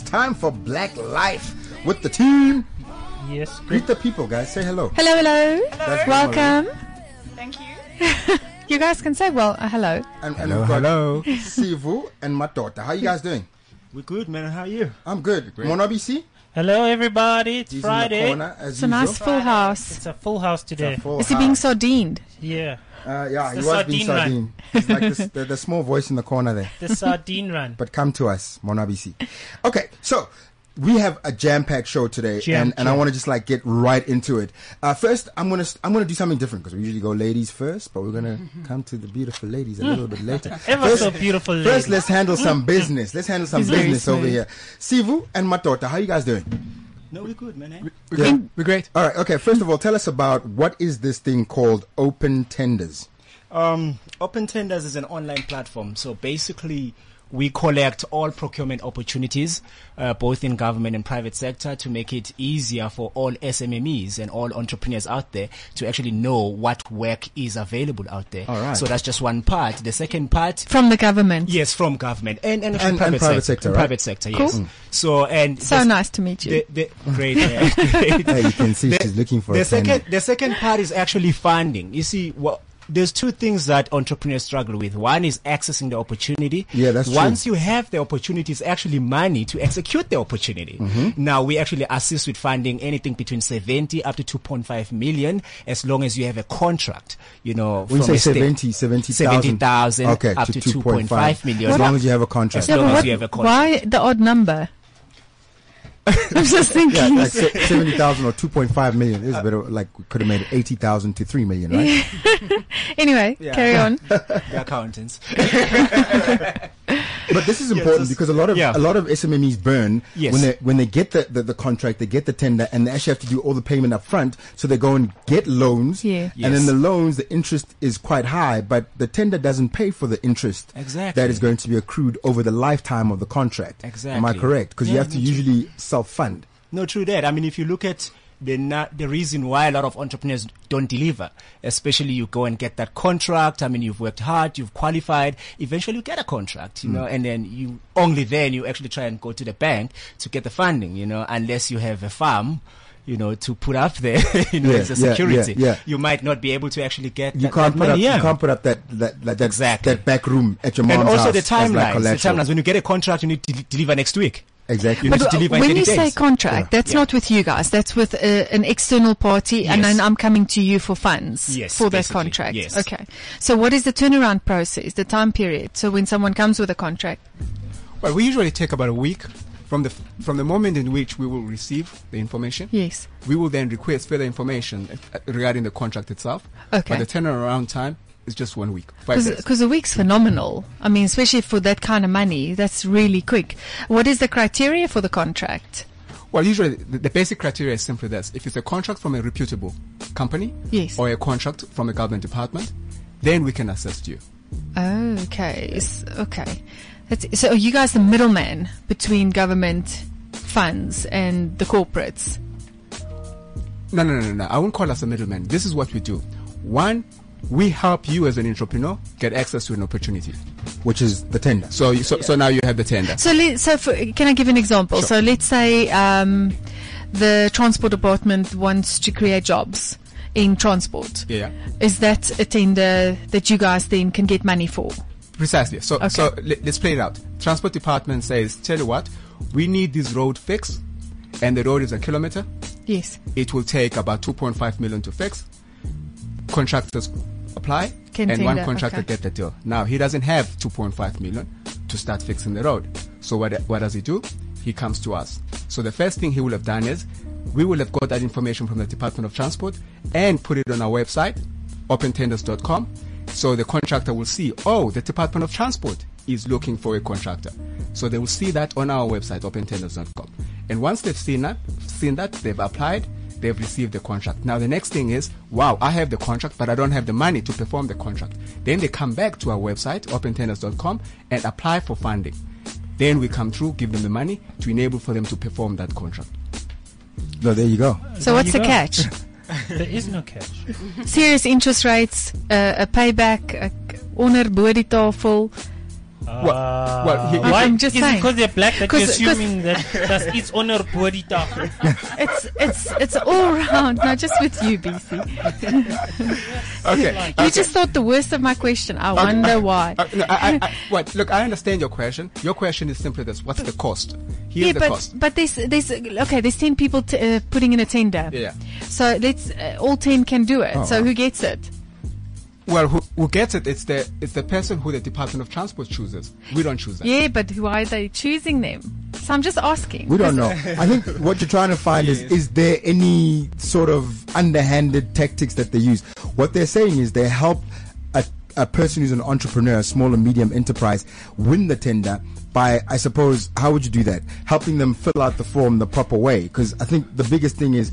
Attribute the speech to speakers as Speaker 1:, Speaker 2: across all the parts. Speaker 1: time for Black Life with the team.
Speaker 2: Yes.
Speaker 1: Greet the people, guys. Say hello.
Speaker 3: Hello, hello.
Speaker 1: That's good,
Speaker 3: Welcome.
Speaker 4: Thank you.
Speaker 3: You guys can say, well, uh, hello.
Speaker 1: And, and
Speaker 5: Hello,
Speaker 1: we've got
Speaker 5: hello.
Speaker 1: Sivu and my daughter. How you guys doing?
Speaker 5: We're good, man. How are you?
Speaker 1: I'm good. Monobi C.
Speaker 2: Hello, everybody. It's
Speaker 1: He's in the
Speaker 2: Friday.
Speaker 1: corner as
Speaker 5: Mm-hmm.
Speaker 3: It's a nice
Speaker 1: usual.
Speaker 3: full house.
Speaker 2: It's a full house today.
Speaker 1: It's a full
Speaker 3: Is he being
Speaker 1: house.
Speaker 3: sardined?
Speaker 2: yeah.
Speaker 1: Uh, yeah, he
Speaker 2: It's
Speaker 1: was
Speaker 2: the
Speaker 1: being sardine.
Speaker 2: sardine
Speaker 1: It's like this, the, the small voice in the corner there.
Speaker 2: The sardine run.
Speaker 1: But come to us, Monabisi. Okay, so we have a jam-packed show today,
Speaker 2: Jam,
Speaker 1: and, and I
Speaker 2: jam.
Speaker 1: want to just like get right into it. Uh, first, I'm gonna st- I'm gonna do something different because we usually go ladies first, but we're gonna come to the beautiful ladies a little bit later.
Speaker 2: Ever
Speaker 1: First-
Speaker 2: so beautiful lady.
Speaker 1: First, let's handle
Speaker 5: Mm-hmm.
Speaker 1: some business. Let's handle some
Speaker 3: He's very
Speaker 1: business over
Speaker 3: smooth.
Speaker 1: here. Sivu and Matota, how you guys doing?
Speaker 5: No, we're good, man. Eh?
Speaker 1: Yeah.
Speaker 5: We're great.
Speaker 1: All right. Okay. First of all, tell us about what is this thing called open tenders?
Speaker 5: Um, Open Tenders is an online platform. So basically, we collect all procurement opportunities, uh, both in government and private sector, to make it easier for all SMMEs and all entrepreneurs out there to actually know what work is available out there.
Speaker 1: All right.
Speaker 5: So that's just one part. The second part.
Speaker 3: From the government.
Speaker 5: Yes, from government and and,
Speaker 1: And-
Speaker 5: private,
Speaker 1: and private sector, right?
Speaker 5: private sector, yes.
Speaker 3: Cool.
Speaker 5: So and
Speaker 3: So
Speaker 5: this-
Speaker 3: nice to meet you.
Speaker 5: The, the, great, yeah, great.
Speaker 1: Hey, you can see she's looking for
Speaker 5: the
Speaker 1: a tender.
Speaker 5: second the second part is actually funding you see what there's two things that entrepreneurs struggle with. One is accessing the opportunity.
Speaker 1: Yeah, that's true.
Speaker 5: Once you have the opportunity, it's actually money to execute the opportunity.
Speaker 1: Mm-hmm.
Speaker 5: Now, we actually assist with funding anything between 70 up to 2.5 million as long as you have a contract, you know.
Speaker 1: When you
Speaker 5: from
Speaker 1: say
Speaker 5: a
Speaker 1: 70,
Speaker 5: state.
Speaker 1: 70,000
Speaker 5: 70,000
Speaker 1: okay,
Speaker 5: up to 2.5
Speaker 1: As
Speaker 5: million. What
Speaker 1: long
Speaker 5: a-
Speaker 1: as you have a contract.
Speaker 5: As long as
Speaker 3: what,
Speaker 5: you have a contract.
Speaker 3: why the odd number? I'm just
Speaker 1: Yeah,
Speaker 3: thinking.
Speaker 1: like se- 70,000 or 2.5 million. This is better, like, we could have made it 80,000 to 3 million, right?
Speaker 3: Anyway,
Speaker 5: Yeah.
Speaker 3: carry on.
Speaker 5: The accountants.
Speaker 1: But this is important
Speaker 5: it's-
Speaker 1: because a lot of,
Speaker 5: yeah.
Speaker 1: a lot of SMMEs burn
Speaker 5: Yes.
Speaker 1: when they, when they get the, the, the contract, they get the tender and they actually have to do all the payment up front. So they go and get loans.
Speaker 3: Yeah.
Speaker 1: And then
Speaker 5: Yes.
Speaker 1: the loans, the interest is quite high, but the tender doesn't pay for the interest that
Speaker 5: Exactly.
Speaker 1: is going to be accrued over the lifetime of the contract. Am I
Speaker 5: Exactly.
Speaker 1: correct? Because you
Speaker 5: Yeah,
Speaker 1: have to
Speaker 5: that's right.
Speaker 1: usually self fund.
Speaker 5: No, true that. I mean, if you look at the na- the reason why a lot of entrepreneurs don't deliver, especially you go and get that contract. I mean, you've worked hard, you've qualified. Eventually, you get a contract, you
Speaker 1: Hmm.
Speaker 5: know, and then you only then you actually try and go to the bank to get the funding, you know, unless you have a farm. You know, to put up there, you know,
Speaker 1: Yeah,
Speaker 5: as a
Speaker 1: yeah, yeah,
Speaker 5: security,
Speaker 1: yeah.
Speaker 5: you might not be able to actually get.
Speaker 1: You
Speaker 5: that-
Speaker 1: can't
Speaker 5: that
Speaker 1: put up.
Speaker 5: money, yeah.
Speaker 1: You can't put up that that that, that,
Speaker 5: Exactly.
Speaker 1: that back room at your mom's
Speaker 5: and also
Speaker 1: house
Speaker 5: the
Speaker 1: as like
Speaker 5: timelines. the
Speaker 1: collateral.
Speaker 5: timelines. When you get a contract, you need to de- deliver next week.
Speaker 1: Exactly.
Speaker 5: You need
Speaker 3: But
Speaker 5: to deliver in
Speaker 3: when
Speaker 5: 30
Speaker 3: you say
Speaker 5: days.
Speaker 3: contract, that's
Speaker 5: Yeah.
Speaker 3: not with you guys. That's with uh, an external party, and
Speaker 5: Yes.
Speaker 3: then I'm coming to you for funds
Speaker 5: Yes,
Speaker 3: for that
Speaker 5: basically,
Speaker 3: contract.
Speaker 5: yes.
Speaker 3: Okay. So, what is the turnaround process, the time period? So, when someone comes with a contract,
Speaker 6: Well, we usually take about a week from the from the moment in which we will receive the information.
Speaker 3: yes.
Speaker 6: We will then request further information uh, regarding the contract itself.
Speaker 3: Okay.
Speaker 6: But the turnaround time is just one week, five days.
Speaker 3: Because a week's phenomenal. I mean, especially for that kind of money, that's really quick. What is the criteria for the contract?
Speaker 6: Well, usually the, the basic criteria is simply this: if it's a contract from a reputable company,
Speaker 3: Yes.
Speaker 6: or a contract from a government department, then we can assist you.
Speaker 3: Okay. s- Okay. That's, so, are you guys the middleman between government funds and the corporates?
Speaker 6: No, no, no, no, no. I won't call us a middleman. This is what we do. One, we help you as an entrepreneur get access to an opportunity.
Speaker 1: which is the tender.
Speaker 6: So, you- so, so now you have the tender.
Speaker 3: So, let, so for, can I give an example? So, let's say um, the transport department wants to create jobs in transport.
Speaker 6: Yeah.
Speaker 3: Is that a tender that you guys then can get money for?
Speaker 6: Precisely. So, so let, let's play it out. Transport department says, tell you what, we need this road fixed, and the road is a kilometer.
Speaker 3: Yes.
Speaker 6: It will take about 2.5 million to fix. Contractors apply,
Speaker 3: Can
Speaker 6: and one
Speaker 3: tender,
Speaker 6: contractor
Speaker 3: okay.
Speaker 6: get the deal. Now he doesn't have 2.5 million to start fixing the road. So what, what does he do? He comes to us. So the first thing he will have done is, we will have got that information from the Department of Transport and put it on our website, opentenders.com. So the contractor will see, oh, the Department of Transport is looking for a contractor. So they will see that on our website, opentenders.com. And once they've seen that, seen that, they've applied, they've received the contract. Now the next thing is, wow, I have the contract, but I don't have the money to perform the contract. Then they come back to our website, opentenders.com, and apply for funding. Then we come through, give them the money to enable for them to perform that contract.
Speaker 1: No, there you go.
Speaker 3: So, what's the
Speaker 2: you go.
Speaker 3: catch?
Speaker 2: There is no catch.
Speaker 3: Serious interest rates, uh, a payback, a k- onder bo die tafel.
Speaker 2: Ah.
Speaker 6: well, he-
Speaker 3: I'm just
Speaker 2: is
Speaker 3: saying.
Speaker 2: because they're black that you're
Speaker 3: 'Cause- 'cause-
Speaker 2: assuming that that's its honor puerita.
Speaker 3: It's it's it's all round, not just with you, BC. You
Speaker 6: Okay.
Speaker 3: just thought the worst of my question. I
Speaker 6: Okay.
Speaker 3: wonder why.
Speaker 6: Uh, no, I, I, I, what, look, I understand your question. Your question is simply this: What's the cost? Here's
Speaker 3: yeah,
Speaker 6: the
Speaker 3: but
Speaker 6: cost.
Speaker 3: but there's there's okay. There's ten people t- uh, putting in a tender.
Speaker 6: Yeah. Oh,
Speaker 3: So let's uh, all ten can do it. so who gets it?
Speaker 6: Well, who, who gets it? It's the it's the person who the Department of Transport chooses. We don't choose that.
Speaker 3: Yeah, but who are they choosing them? So I'm just asking.
Speaker 1: We don't know. I think what you're trying to find is is there any sort of underhanded tactics that they use? What they're saying is they help a, a person who's an entrepreneur, a small and medium enterprise, win the tender by, I suppose, how would you do that? Helping them fill out the form the proper way. Because I think the biggest thing is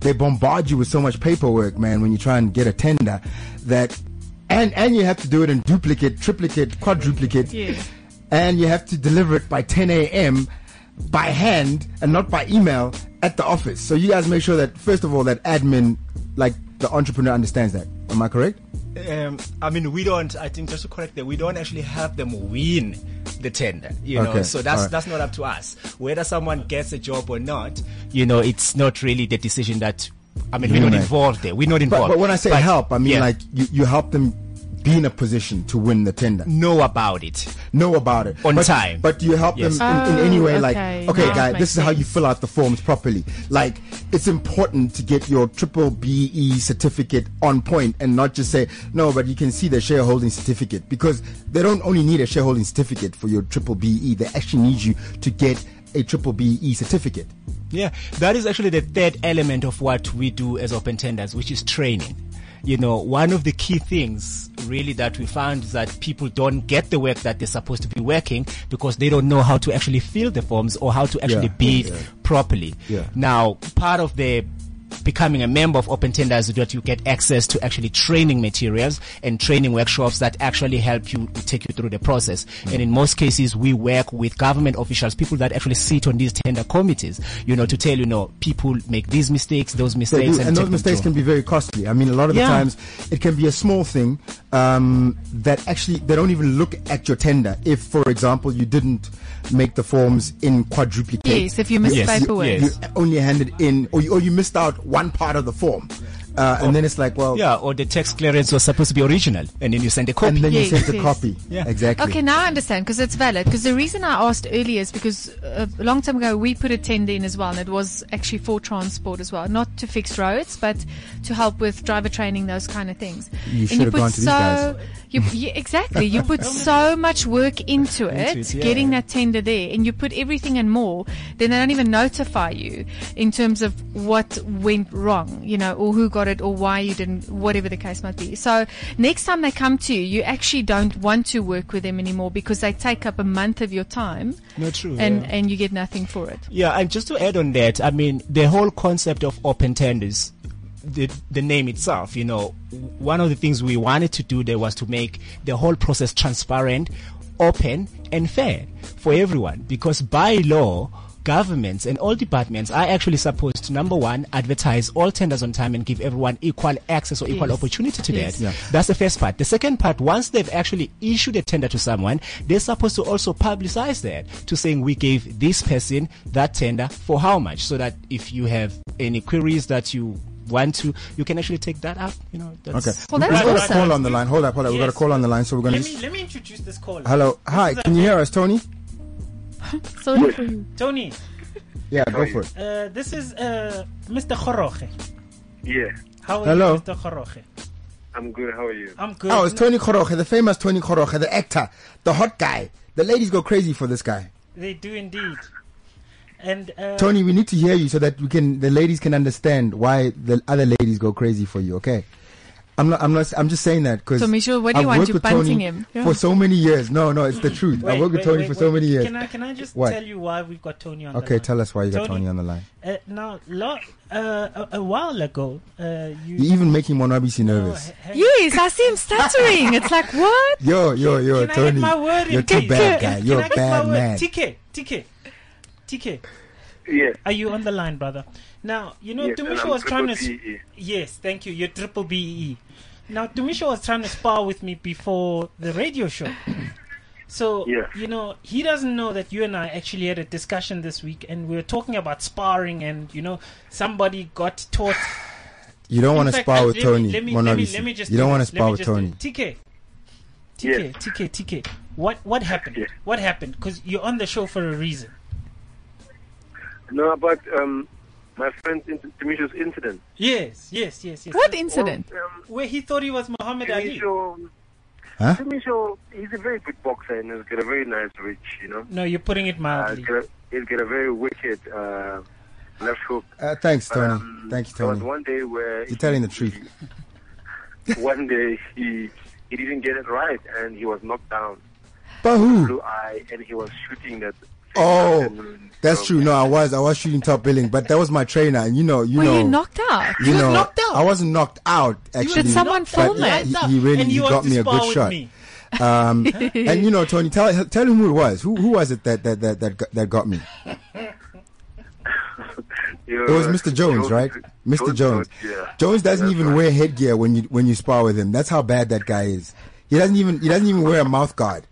Speaker 1: they bombard you with so much paperwork, man, when you try and get a tender that. And, and you have to do it in duplicate, triplicate, quadruplicate and you have to deliver it by 10 a.m. by hand and not by email at the office. So you guys make sure that first of all that admin, like the entrepreneur, understands that. Am I correct?
Speaker 5: Um, I mean, we don't. I think just to correct that, we don't actually have them win the tender. You know,
Speaker 1: Okay,
Speaker 5: so that's
Speaker 1: alright.
Speaker 5: that's not up to us. Whether someone gets a job or not, you know, it's not really the decision that. I mean, we're not
Speaker 1: make.
Speaker 5: involved there. We're not
Speaker 1: But,
Speaker 5: involved.
Speaker 1: but when I say
Speaker 5: But-
Speaker 1: help, I mean
Speaker 5: yeah,
Speaker 1: like you, you help them be in a position to win the tender.
Speaker 5: know about it.
Speaker 1: Know about it
Speaker 5: On
Speaker 1: But-
Speaker 5: time.
Speaker 1: But do you help
Speaker 5: Yes.
Speaker 1: them in, in any way?
Speaker 3: Oh,
Speaker 1: Like,
Speaker 3: okay.
Speaker 1: okay,
Speaker 3: Now it
Speaker 1: guy,
Speaker 3: makes
Speaker 1: this is how you
Speaker 3: sense.
Speaker 1: fill out the forms properly. Like, it's important to get your triple BE certificate on point and not just say no. But you can see the shareholding certificate because they don't only need a shareholding certificate for your triple BE. They actually need you to get a triple BE certificate.
Speaker 5: Yeah, that is actually the third element of what we do as open tenders, which is training. You know, one of the key things really that we found is that people don't get the work that they're supposed to be working because they don't know how to actually fill the forms or how to actually
Speaker 1: Yeah,
Speaker 5: bid
Speaker 1: yeah.
Speaker 5: properly.
Speaker 1: Yeah.
Speaker 5: Now, part of the becoming a member of Open Tender is that you get access to actually training materials and training workshops that actually help you take you through the process. And in most cases, we work with government officials, people that actually sit on these tender committees, you know, to tell you know people make these mistakes, those
Speaker 1: They do, and
Speaker 5: mistakes, take
Speaker 1: those
Speaker 5: them
Speaker 1: mistakes
Speaker 5: through.
Speaker 1: can be very costly. I mean, a lot of the
Speaker 5: Yeah.
Speaker 1: times it can be a small thing um, that actually they don't even look at your tender. If, for example, you didn't make the forms in quadruplicate,
Speaker 3: Yes, if you miss
Speaker 5: Yes,
Speaker 3: paperwork.
Speaker 5: yes.
Speaker 1: you only handed in, or you, or you missed out one part of the form, uh, and then it's like, well,
Speaker 5: yeah, or the text clearance was supposed to be original, and then you send a copy.
Speaker 1: and then
Speaker 3: Yes,
Speaker 1: you sent a
Speaker 3: yes.
Speaker 1: copy.
Speaker 5: Yeah.
Speaker 1: exactly.
Speaker 3: Okay, now I understand because it's valid. Because the reason I asked earlier is because uh, a long time ago we put a tender in as well, and it was actually for transport as well, not to fix roads, but to help with driver training, those kind of things.
Speaker 1: You
Speaker 3: And
Speaker 1: should have
Speaker 3: put
Speaker 1: gone to these
Speaker 3: so,
Speaker 1: guys.
Speaker 3: You, you, exactly, you put so much work into it,
Speaker 5: it, yeah.
Speaker 3: getting that tender there, and you put everything and more. Then they don't even notify you in terms of what went wrong, you know, or who got it, or why you didn't, whatever the case might be. So next time they come to you, you actually don't want to work with them anymore because they take up a month of your time,
Speaker 5: No, true,
Speaker 3: and
Speaker 5: yeah.
Speaker 3: and you get nothing for it.
Speaker 5: Yeah, and just to add on that, I mean, the whole concept of open tenders, the, the name itself, you know, one of the things we wanted to do there was to make the whole process transparent, open, and fair for everyone. Because by law, governments and all departments are actually supposed to, number one, advertise all tenders on time and give everyone equal access or equal
Speaker 3: Yes.
Speaker 5: opportunity to
Speaker 3: Yes.
Speaker 5: that. That's the first part. The second part, once they've actually issued a tender to someone, they're supposed to also publicize that to saying we gave this person that tender for how much, so that if you have any queries that you want to, you can actually take that up. You know, that's
Speaker 1: Okay.
Speaker 3: Well, that's
Speaker 1: We've got
Speaker 3: awesome.
Speaker 1: a call on the line. Hold up, hold up. We've got a
Speaker 2: Yes.
Speaker 1: call on the line, so we're going
Speaker 2: Let me
Speaker 1: to.
Speaker 2: let me introduce this caller.
Speaker 1: Hello. Hi, can you hear us, Tony?
Speaker 3: Sorry for you.
Speaker 2: Tony.
Speaker 1: Yeah, go for it.
Speaker 2: Uh, this is uh, Mr. Khoroche.
Speaker 4: Yeah,
Speaker 2: How are
Speaker 1: Hello.
Speaker 2: you, Mr. Khoroche?
Speaker 4: I'm good. How are you?
Speaker 2: I'm good.
Speaker 1: Oh, it's Tony Koroche, the famous Tony Koroche, the actor, the hot guy. The ladies go crazy for this guy.
Speaker 2: They do indeed. And uh,
Speaker 1: Tony, we need to hear you so that we can the ladies can understand why the other ladies go crazy for you. Okay, I'm not. I'm not. I'm just saying that because
Speaker 3: So, Michelle, what do you want? You punting him? Yeah.
Speaker 1: for so many years. No, no, it's the truth. I
Speaker 2: wait,
Speaker 1: worked with
Speaker 2: wait,
Speaker 1: Tony
Speaker 2: wait,
Speaker 1: for so
Speaker 2: wait.
Speaker 1: many years.
Speaker 2: Can I can I just
Speaker 1: What?
Speaker 2: tell you why we've got Tony on? the
Speaker 1: okay,
Speaker 2: line?
Speaker 1: tell us why you got Tony, on the line.
Speaker 2: Uh, now, lo- uh, a, a while ago, uh, you.
Speaker 1: You're even making Monobisi
Speaker 2: Oh,
Speaker 1: nervous.
Speaker 2: he- he-
Speaker 3: Yes, I see him stuttering. It's like what?
Speaker 1: Yo, yo, yo,
Speaker 2: Can I
Speaker 1: Tony.
Speaker 2: get my word in,
Speaker 1: you're too
Speaker 2: please?
Speaker 1: bad,
Speaker 2: Can-
Speaker 1: guy.
Speaker 2: can
Speaker 1: You're
Speaker 2: I
Speaker 1: a
Speaker 2: get
Speaker 1: bad
Speaker 2: my word?
Speaker 1: man.
Speaker 2: TK, TK, TK.
Speaker 4: Yeah.
Speaker 2: Are you on the line, brother? Now, you know,
Speaker 4: Yes, and
Speaker 2: Dumisha
Speaker 4: I'm
Speaker 2: was trying to. s-
Speaker 4: triple E. BE.
Speaker 2: Yes, thank you. You're triple E. BE. Now, Dumisha was trying to spar with me before the radio show. So
Speaker 4: Yeah.
Speaker 2: you know, he doesn't know that you and I actually had a discussion this week, and we were talking about sparring, and you know, somebody got taught.
Speaker 1: You don't want
Speaker 2: In
Speaker 1: to
Speaker 2: fact,
Speaker 1: spar
Speaker 2: I-
Speaker 1: with
Speaker 2: let me-
Speaker 1: Tony.
Speaker 2: Let me,
Speaker 1: Mona
Speaker 2: let me,
Speaker 1: Lisa.
Speaker 2: let me just
Speaker 1: you
Speaker 2: do
Speaker 1: don't want to
Speaker 2: this. Let
Speaker 1: spar
Speaker 2: me
Speaker 1: with
Speaker 2: just do-
Speaker 1: Tony.
Speaker 2: TK, TK, TK, TK. What what happened?
Speaker 4: Yeah.
Speaker 2: What happened? Because you're on the show for a reason.
Speaker 4: No, but um, my friend in- Demetrius incident.
Speaker 2: Yes, yes, yes, yes.
Speaker 3: What
Speaker 2: That's
Speaker 3: incident?
Speaker 4: Um,
Speaker 2: where he thought he was Muhammad Ali.
Speaker 4: Demetrius,
Speaker 1: Huh?
Speaker 4: Demetrius, he's a very good boxer and he's got a very nice reach, you know.
Speaker 2: No, you're putting it
Speaker 4: Uh,
Speaker 2: mildly.
Speaker 4: he's got a- he's got a very wicked uh, left hook.
Speaker 1: Uh, thanks, Tony.
Speaker 4: Um,
Speaker 1: Thank you,
Speaker 4: There was
Speaker 1: Tony.
Speaker 4: one day where
Speaker 1: You're telling the truth.
Speaker 4: one day he he didn't get it right and he was knocked down,
Speaker 1: But who?
Speaker 4: blue eye, and he was shooting that.
Speaker 1: Hmm. Oh, that's true. No, I was, I was shooting top billing, but that was my trainer, and you know, you
Speaker 3: Were
Speaker 1: know,
Speaker 3: you knocked out?
Speaker 1: you know,
Speaker 5: knocked out.
Speaker 1: I wasn't knocked out. Actually,
Speaker 3: Did someone film
Speaker 1: but
Speaker 3: it?
Speaker 1: He, he really
Speaker 2: and
Speaker 1: he
Speaker 2: you want
Speaker 1: got
Speaker 2: to
Speaker 1: me a
Speaker 2: spar
Speaker 1: good
Speaker 2: with
Speaker 1: shot.
Speaker 2: me.
Speaker 1: Um, and you know, Tony, tell tell him who it was. Who who was it that that that that got, that got me? It was Mr. Jones, right? Mr. Jones.
Speaker 4: Uh, yeah.
Speaker 1: Jones doesn't
Speaker 4: That's
Speaker 1: even
Speaker 4: right.
Speaker 1: wear headgear when you when you spar with him. That's how bad that guy is. He doesn't even he doesn't even wear a mouth guard.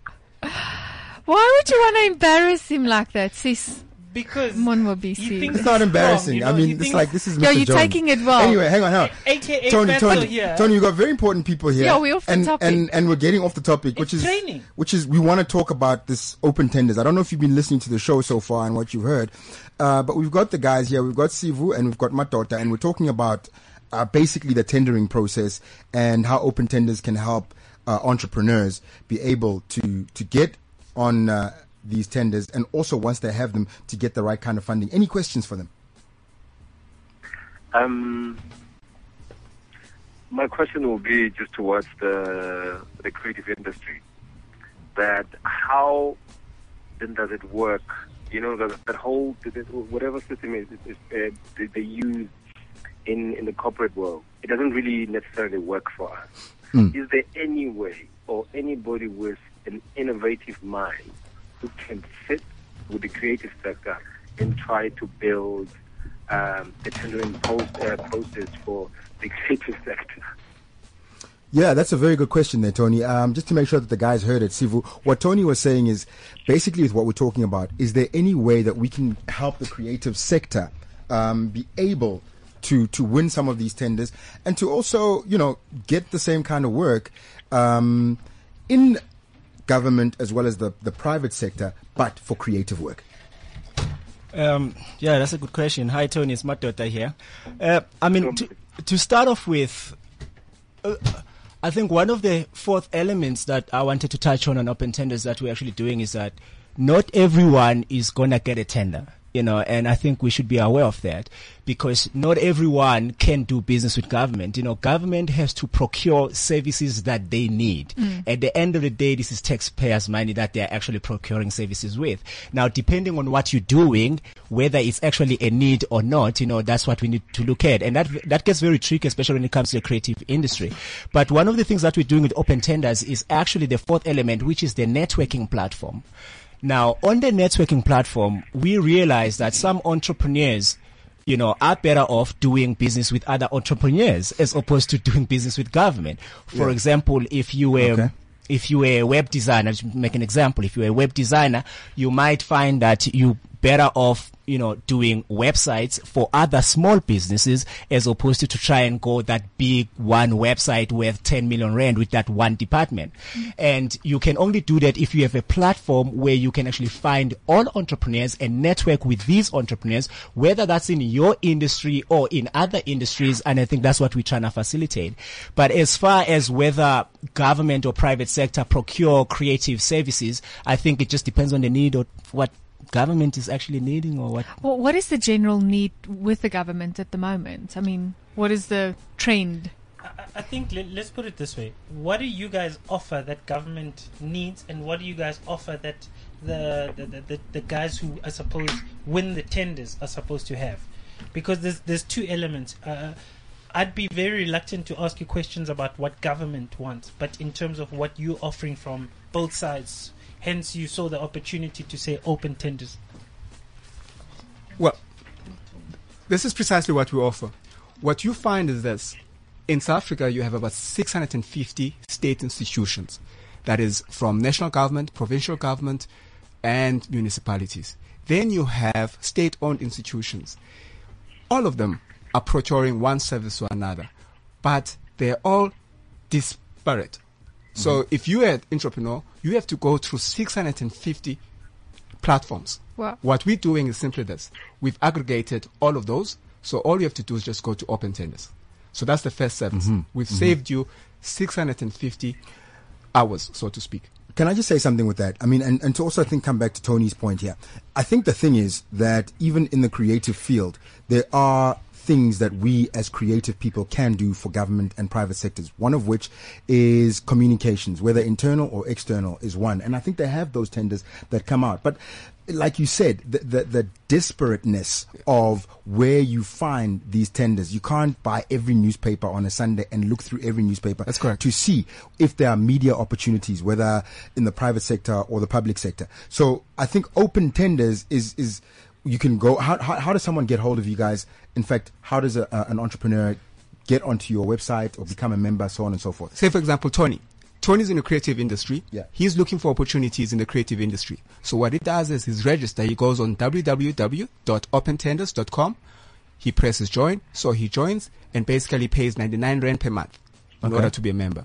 Speaker 3: Why would you want to embarrass him like that, sis?
Speaker 2: Because
Speaker 3: Monwa
Speaker 2: He
Speaker 3: BC.
Speaker 2: thinks-
Speaker 1: It's not
Speaker 2: He's
Speaker 1: embarrassing.
Speaker 2: strong, you know,
Speaker 1: I mean,
Speaker 2: he
Speaker 1: it's
Speaker 2: thinks-
Speaker 1: like this is Mr.
Speaker 3: Yo, you're
Speaker 1: Jones.
Speaker 3: taking it well.
Speaker 1: Anyway, hang on, hang on.
Speaker 2: AKA
Speaker 1: Tony,
Speaker 2: Fatso
Speaker 1: Tony,
Speaker 2: here.
Speaker 1: Tony, you got very important people here.
Speaker 3: Yeah, we're off the
Speaker 1: and,
Speaker 3: topic.
Speaker 1: And, and we're getting off the topic, which is
Speaker 2: It's training.
Speaker 1: which is we want to talk about this open tenders. I don't know if you've been listening to the show so far and what you've heard, uh, but we've got the guys here. We've got Sivu and we've got Matota, and we're talking about uh, basically the tendering process and how open tenders can help uh, entrepreneurs be able to to get on uh, these tenders, and also once they have them, to get the right kind of funding. Any questions for them?
Speaker 4: Um, my question will be just towards the the creative industry. That how then does it work? You know that that whole that- that whatever system is, is, is uh, they, they use in in the corporate world, it doesn't really necessarily work for us. Is there any way or anybody with an innovative mind who can sit with the creative sector and try to build um, a tendering post, uh, process for the creative sector?
Speaker 1: Yeah, that's a very good question there, Tony. Um, just to make sure that the guys heard it, Sivu, what Tony was saying is basically is what we're talking about. Is there any way that we can help the creative sector um, be able to to win some of these tenders and to also, you know, get the same kind of work um, in government as well as the, the private sector, but for creative work?
Speaker 5: Um, yeah, that's a good question. Hi, Tony. It's my daughter here. Uh, I mean, to, to start off with, uh, I think one of the fourth elements that I wanted to touch on on open tenders that we're actually doing is that not everyone is gonna get a tender. You know, and I think we should be aware of that because not everyone can do business with government. You know, government has to procure services that they need. At the end of the day, this is taxpayers' money that they're actually procuring services with. Now, depending on what you're doing, whether it's actually a need or not, you know, that's what we need to look at. And that, that gets very tricky, especially when it comes to the creative industry. But one of the things that we're doing with open tenders is actually the fourth element, which is the networking platform. Now, on the networking platform, we realize that some entrepreneurs you know, are better off doing business with other entrepreneurs as opposed to doing business with government. For example, if you um, were
Speaker 1: Okay.
Speaker 5: if you were a web designer, to make an example, if you're a web designer, you might find that you better off, you know, doing websites for other small businesses as opposed to, to try and go that big one website worth 10 million rand with that one department. And you can only do that if you have a platform where you can actually find all entrepreneurs and network with these entrepreneurs, whether that's in your industry or in other industries. And I think that's what we're trying to facilitate. But as far as whether government or private sector procure creative services, I think it just depends on the need or what government is actually needing or what.
Speaker 3: Wha- what is the general need with the government at the moment? I mean, what is the trend?
Speaker 2: I- I think let, let's put it this way: What do you guys offer that government needs, and what do you guys offer that the the, the, the, the guys who are supposed win the tenders are supposed to have? Because there's there's two elements. Uh, I'd be very reluctant to ask you questions about what government wants, but in terms of what you're offering from both sides, hence you saw the opportunity to say open tenders.
Speaker 6: Well, this is precisely what we offer. What you find is this. In South Africa, you have about 650 state institutions. that is from national government, provincial government, and municipalities. Then you have state owned institutions. All of them are procuring one service or another, but they're all disparate. So if you are an entrepreneur, you have to go through 650 platforms.
Speaker 3: Wow.
Speaker 6: What we're doing is simply this. We've aggregated all of those. So all you have to do is just go to open tenders. So that's the first service. We've saved you 650 hours, so to speak.
Speaker 1: Can I just say something with that? I mean, and, and to also I think come back to Tony's point here. I think the thing is that even in the creative field, there are things that we as creative people can do for government and private sectors. One of which is communications, whether internal or external, is one. And I think they have those tenders that come out. But like you said, the, the, the disparateness of where you find these tenders. You can't buy every newspaper on a Sunday and look through every newspaper
Speaker 6: That's correct.
Speaker 1: to see if there are media opportunities, whether in the private sector or the public sector. So I think open tenders is is you can go. How how, how does someone get hold of you guys? In fact, how does a, a, an entrepreneur get onto your website or become a member, so on and so forth?
Speaker 6: Say, for example, Tony. Tony's in the creative industry.
Speaker 1: Yeah.
Speaker 6: He's looking for opportunities in the creative industry. So what he does is he's register. He goes on www.opentenders.com. He presses join. So he joins and basically pays 99 rand per month in
Speaker 1: Okay.
Speaker 6: order to be a member.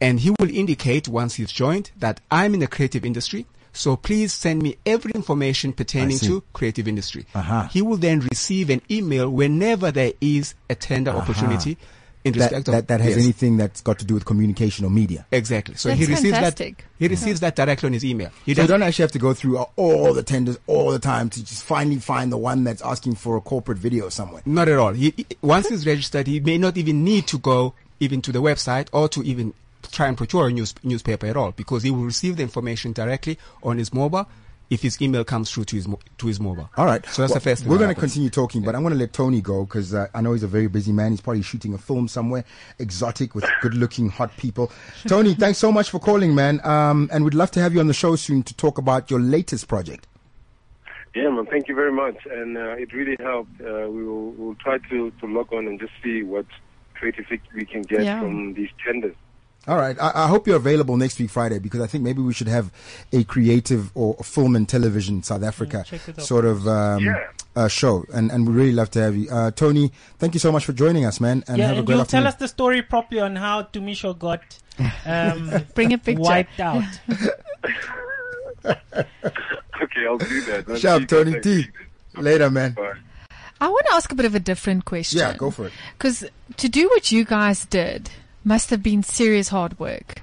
Speaker 6: And he will indicate once he's joined that I'm in the creative industry. So please send me every information pertaining
Speaker 1: see. Uh-huh.
Speaker 6: to creative industry.
Speaker 1: Aha.
Speaker 6: He will then receive an email whenever there is a tender opportunity in
Speaker 1: Uh-huh. That,
Speaker 6: respect of
Speaker 1: that that has
Speaker 6: Yes.
Speaker 1: anything that's got to do with communication or media.
Speaker 6: Exactly. So he
Speaker 3: That's
Speaker 6: receives
Speaker 3: fantastic.
Speaker 6: that. He receives that directly on his email. He
Speaker 1: So you
Speaker 6: does-
Speaker 1: don't actually have to go through uh, all the tenders all the time to just finally find the one that's asking for a corporate video somewhere.
Speaker 6: not at all. He, he- once he's registered, he may not even need to go even to the website or to even try and procure a news, newspaper at all because he will receive the information directly on his mobile if his email comes through to his mo- to his mobile.
Speaker 1: All right.
Speaker 6: So that's the
Speaker 1: Well,
Speaker 6: first. thing
Speaker 1: We're
Speaker 6: that
Speaker 1: going to
Speaker 6: happens.
Speaker 1: continue talking, but I'm going to let Tony go because uh, I know he's a very busy man. He's probably shooting a film somewhere exotic with good looking, hot people. Tony, thanks so much for calling, man. Um, and we'd love to have you on the show soon to talk about your latest project.
Speaker 4: Yeah, man. Thank you very much, and uh, it really helped. Uh, we will we'll try to, to log on and just see what creative fix we can get
Speaker 3: Yeah.
Speaker 4: from these tenders.
Speaker 1: All right. I, I hope you're available next week, Friday, because I think maybe we should have a creative or a film and television South Africa
Speaker 2: check it out.
Speaker 1: sort of um,
Speaker 4: Yeah.
Speaker 1: uh, show. And, and we really love to have you. Uh, Tony, thank you so much for joining us, man. And
Speaker 2: yeah,
Speaker 1: have
Speaker 2: and
Speaker 1: a great
Speaker 2: you'll
Speaker 1: afternoon.
Speaker 2: tell us the story properly on how Tumisho got um,
Speaker 3: Bring a picture.
Speaker 2: wiped out.
Speaker 4: Okay, I'll do that. man.
Speaker 1: Shout out
Speaker 4: See you
Speaker 1: Tony
Speaker 4: guys
Speaker 1: T.
Speaker 4: next week.
Speaker 1: Later, man.
Speaker 4: Bye.
Speaker 3: I want to ask a bit of a different question.
Speaker 1: Yeah, go for it.
Speaker 3: Because to do what you guys did must have been serious hard work.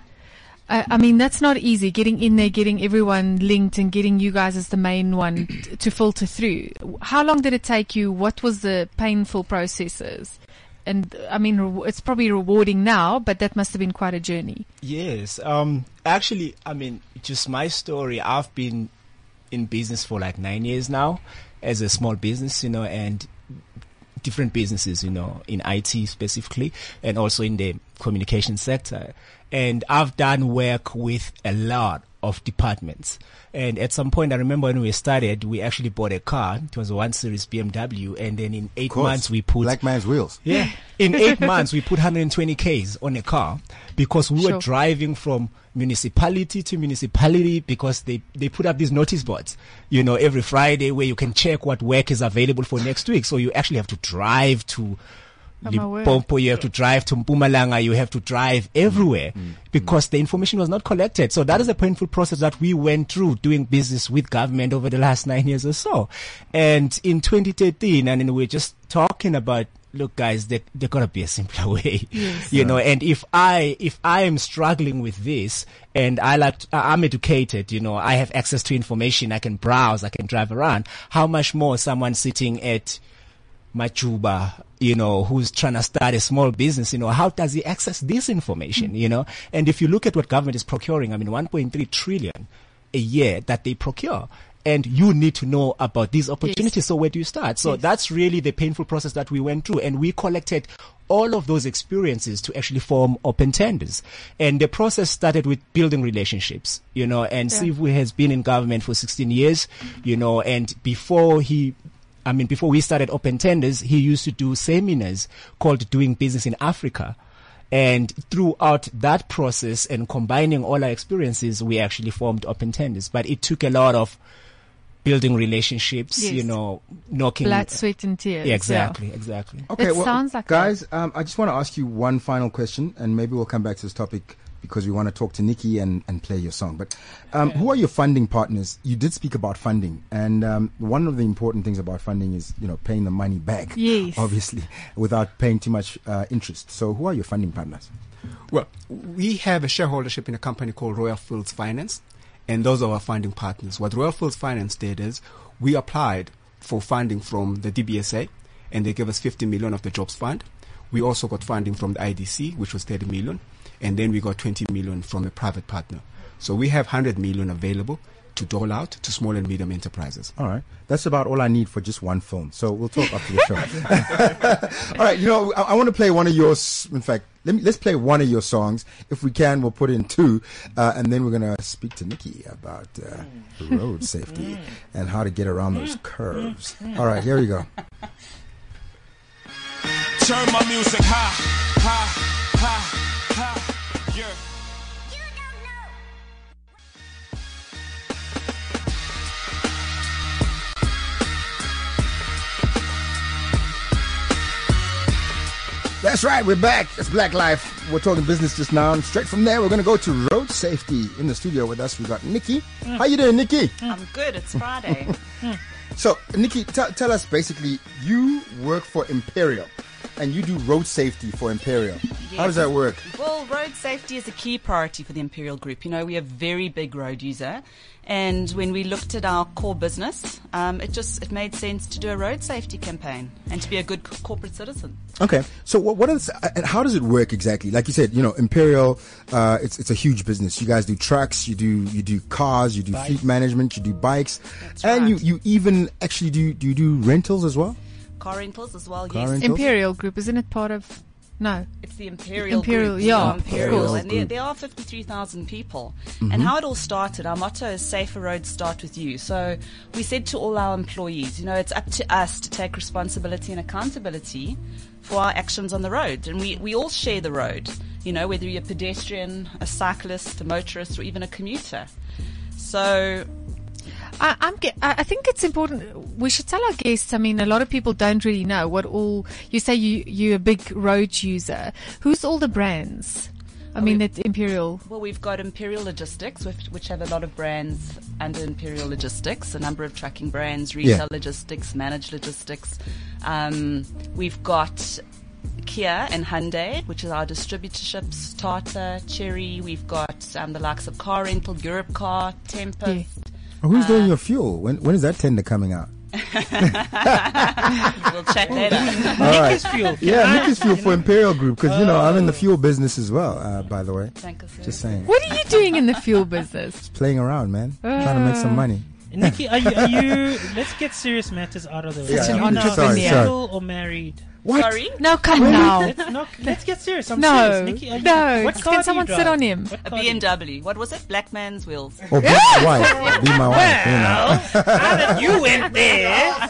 Speaker 3: I I mean, that's not easy. Getting in there, getting everyone linked, and getting you guys as the main one t- to filter through. How long did it take you? What was the painful processes? And I mean, re- it's probably rewarding now, but that must have been quite a journey.
Speaker 5: Yes. Um, actually, I mean, just my story. I've been in business for like nine years now as a small business, you know, and different businesses, you know, in IT specifically and also in the communication sector. And I've done work with a lot of departments. And at some point, I remember when we started, we actually bought a car. It was a one series BMW. And then in eight
Speaker 1: course.
Speaker 5: months, we put
Speaker 1: Black Man's Wheels.
Speaker 5: yeah. In eight months, we put 120Ks on a car because we
Speaker 3: Sure.
Speaker 5: were driving from municipality to municipality because they, they put up these notice boards, you know, every Friday where you can check what work is available for next week. So you actually have to drive to
Speaker 3: Oh, my word.
Speaker 5: Limpopo, you have to drive to Mpumalanga, you have to drive everywhere because the information was not collected. So that is a painful process that we went through doing business with government over the last nine years or so. And in 2013, and then we're just talking about, look guys, there, there gotta be a simpler way, you know, and if I, if I am struggling with this and I like, I'm educated, you know, I have access to information, I can browse, I can drive around, how much more someone sitting at, Machuba, you know, who's trying to start a small business, you know, how does he access this information, you know? And if you look at what government is procuring, I mean, 1.3 trillion a year that they procure. And you need to know about these opportunities. So where do you start? So that's really the painful process that we went through. And we collected all of those experiences to actually form open tenders. And the process started with building relationships, you know, and
Speaker 3: Yeah.
Speaker 5: Sivu has been in government for 16 years, you know, and before he I mean, before we started Open Tenders, he used to do seminars called Doing Business in Africa. And throughout that process and combining all our experiences, we actually formed Open Tenders. But it took a lot of building relationships,
Speaker 3: Yes.
Speaker 5: you know, Oh, knocking.
Speaker 3: Blood, sweat, and tears.
Speaker 5: Yeah,
Speaker 3: yeah.
Speaker 5: exactly, exactly.
Speaker 1: Okay,
Speaker 3: It
Speaker 1: well,
Speaker 3: sounds like
Speaker 1: guys, um, I just want to ask you one final question, and maybe we'll come back to this topic because we want to talk to Nikki and, and play your song. But um, who are your funding partners? You did speak about funding, and um, one of the important things about funding is you know paying the money back,
Speaker 3: Yes.
Speaker 1: obviously, without paying too much uh, interest. So, who are your funding partners?
Speaker 6: Well, we have a shareholdership in a company called Royal Fields Finance, and those are our funding partners. What Royal Fields Finance did is we applied for funding from the DBSA, and they gave us 50 million of the Jobs Fund. We also got funding from the IDC, which was 30 million, and then we got 20 million from a private partner. So we have 100 million available to dole out to small and medium enterprises.
Speaker 1: All right. That's about all I need for just one film. So we'll talk after the show. all right. You know, I, I want to play one of your, s- in fact, let me, let's play one of your songs. If we can, we'll put in two. Uh, and then we're going to speak to Nikki about uh, road safety and how to get around those curves. All right. Here we go.
Speaker 7: Turn my music high, high, high, high. Yeah.
Speaker 1: That's right. We're back. It's Black Life. We're talking business just now. And straight from there, we're going to go to road safety in the studio with us. We got Nikki. How you doing, Nikki?
Speaker 8: I'm good. It's Friday.
Speaker 1: So, Nikki, t- tell us basically, you work for Imperial and you do road safety for Imperial. How does that work?
Speaker 8: well, road safety is a key priority for the Imperial Group. You know, we are a very big road user, and when we looked at our core business, um, it just it made sense to do a road safety campaign and to be a good co- corporate citizen.
Speaker 1: Okay. So, what, what is, uh, and how does it work exactly? Like you said, you know, Imperial, uh, it's, it's a huge business. You guys do trucks, you do, you do cars, you do fleet management, you do bikes, and
Speaker 8: right.
Speaker 1: you, you even actually do, do you do rentals as well?
Speaker 8: Car rentals as well.
Speaker 1: Car
Speaker 8: yes,
Speaker 1: rentals?
Speaker 3: Imperial Group, isn't it part of? No.
Speaker 8: It's the Imperial.
Speaker 3: Imperial,
Speaker 8: group.
Speaker 3: yeah,
Speaker 8: Imperial.
Speaker 1: Imperial
Speaker 8: And there,
Speaker 1: group.
Speaker 8: there are 53,000 people. And how it all started, our motto is safer roads start with you. So we said to all our employees, you know, it's up to us to take responsibility and accountability for our actions on the road. And we, we all share the road, you know, whether you're a pedestrian, a cyclist, a motorist, or even a commuter. So
Speaker 3: I, I'm. ge- I I think it's important. We should tell our guests. I mean, a lot of people don't really know what all. You say you you're a big road user. Who's all the brands? I mean, that Imperial.
Speaker 8: Well, we've got Imperial Logistics, which, which have a lot of brands under Imperial Logistics, a number of trucking brands, retail logistics, managed logistics. Um, we've got Kia and Hyundai, which is our distributorships, Tata, Cherry. We've got um, the likes of Car Rental, Europe Car, Tempest.
Speaker 1: Who's
Speaker 8: Uh,
Speaker 1: doing your fuel? When, when is that tender coming out?
Speaker 8: We'll chat later.
Speaker 2: Nick is fuel. Can
Speaker 1: Yeah,
Speaker 2: I-
Speaker 1: Nikki's fuel for Imperial Group because, you know, I'm in the fuel business as well, uh, by the way.
Speaker 8: Oh. Thank you, sir.
Speaker 1: Just saying.
Speaker 3: What are you doing in the fuel business?
Speaker 1: Playing around, man.
Speaker 2: Uh.
Speaker 1: Trying to make some money.
Speaker 2: Nikki, are you, are you? Let's get serious matters out of the way.
Speaker 1: Yeah, Such an
Speaker 2: Are you now
Speaker 1: entrepreneur. Sorry,
Speaker 2: single or married?
Speaker 1: What?
Speaker 8: Sorry?
Speaker 3: No, come now.
Speaker 2: Let's, not, let's get serious. I'm
Speaker 3: No.
Speaker 2: serious. Nikki, are you,
Speaker 3: No.
Speaker 2: What
Speaker 3: Can
Speaker 2: car do you
Speaker 3: someone sit
Speaker 2: drive?
Speaker 3: on him?
Speaker 2: What
Speaker 8: A
Speaker 2: car do you
Speaker 8: BMW. What was it? Black man's wheels.
Speaker 1: Or be my wife. Be my wife. you know.
Speaker 2: you went there.